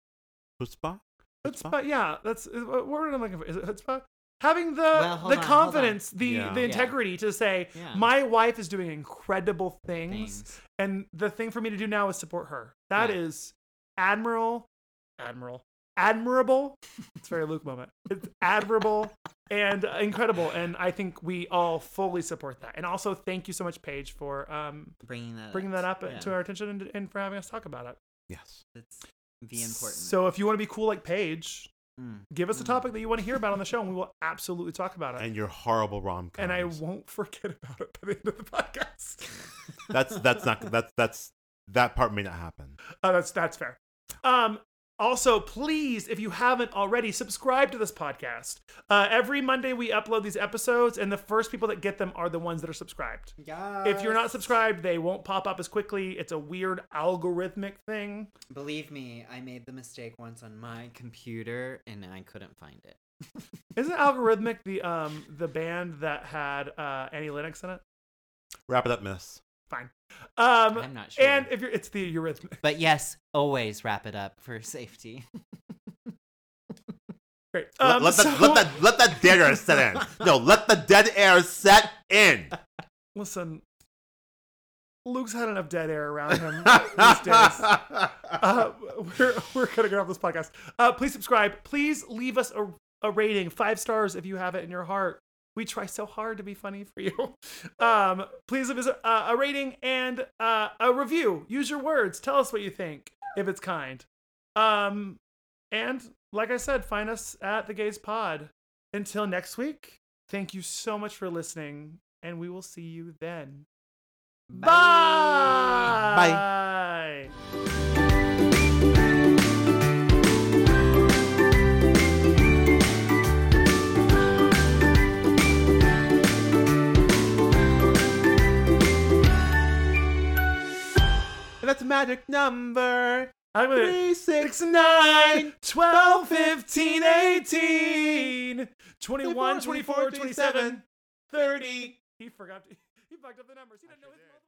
Chutzpah? chutzpah. Yeah, that's is- what word I'm looking for. Is it chutzpah? Having the Well, hold the on, hold on. confidence, the Yeah. the Yeah. integrity to say Yeah. my wife is doing incredible things, Things. and the thing for me to do now is support her. That Yeah. is admiral, admiral, admirable. It's a very Luke moment. It's admirable and incredible, and I think we all fully support that. And also, thank you so much, Paige, for um, Bringing that bringing that up Uh, Yeah. to our attention and, and for having us talk about it. Yes. That's the important. So if you want to be cool like Paige, Mm. give us a Mm. topic that you want to hear about on the show, and we will absolutely talk about it. And your horrible rom com. And I won't forget about it by the end of the podcast. That's that's not that's that's that part may not happen. Oh, that's that's fair. Um, also, please, if you haven't already, subscribe to this podcast. Uh, every Monday we upload these episodes, and the first people that get them are the ones that are subscribed. Yeah. If you're not subscribed, they won't pop up as quickly. It's a weird algorithmic thing. believe me, I made the mistake once on my computer and I couldn't find it. Isn't Algorithmic the um the band that had uh, Annie Lennox in it? Wrap it up, miss. Um, I'm not sure. and if you're, it's the Eurythmic. but yes, always wrap it up for safety. Great. Let- Um, let, that, so- let that let that dead air set in. No, let the dead air set in. Listen, Luke's had enough dead air around him these days. Uh, we're we're gonna get off this podcast. Uh, please subscribe. Please leave us a, a rating, five stars if you have it in your heart. We try so hard to be funny for you. Um, please leave us a, a rating and uh, a review. Use your words. Tell us what you think if it's kind. Um, and like I said, find us at the Gays Pod. Until next week, thank you so much for listening, and we will see you then. Bye. Bye. What's magic number? I like it. Three, six, Six, nine, 12, 15, 18, 21, 24, 27, 30. He forgot. To, he fucked up the numbers. He didn't know his mother.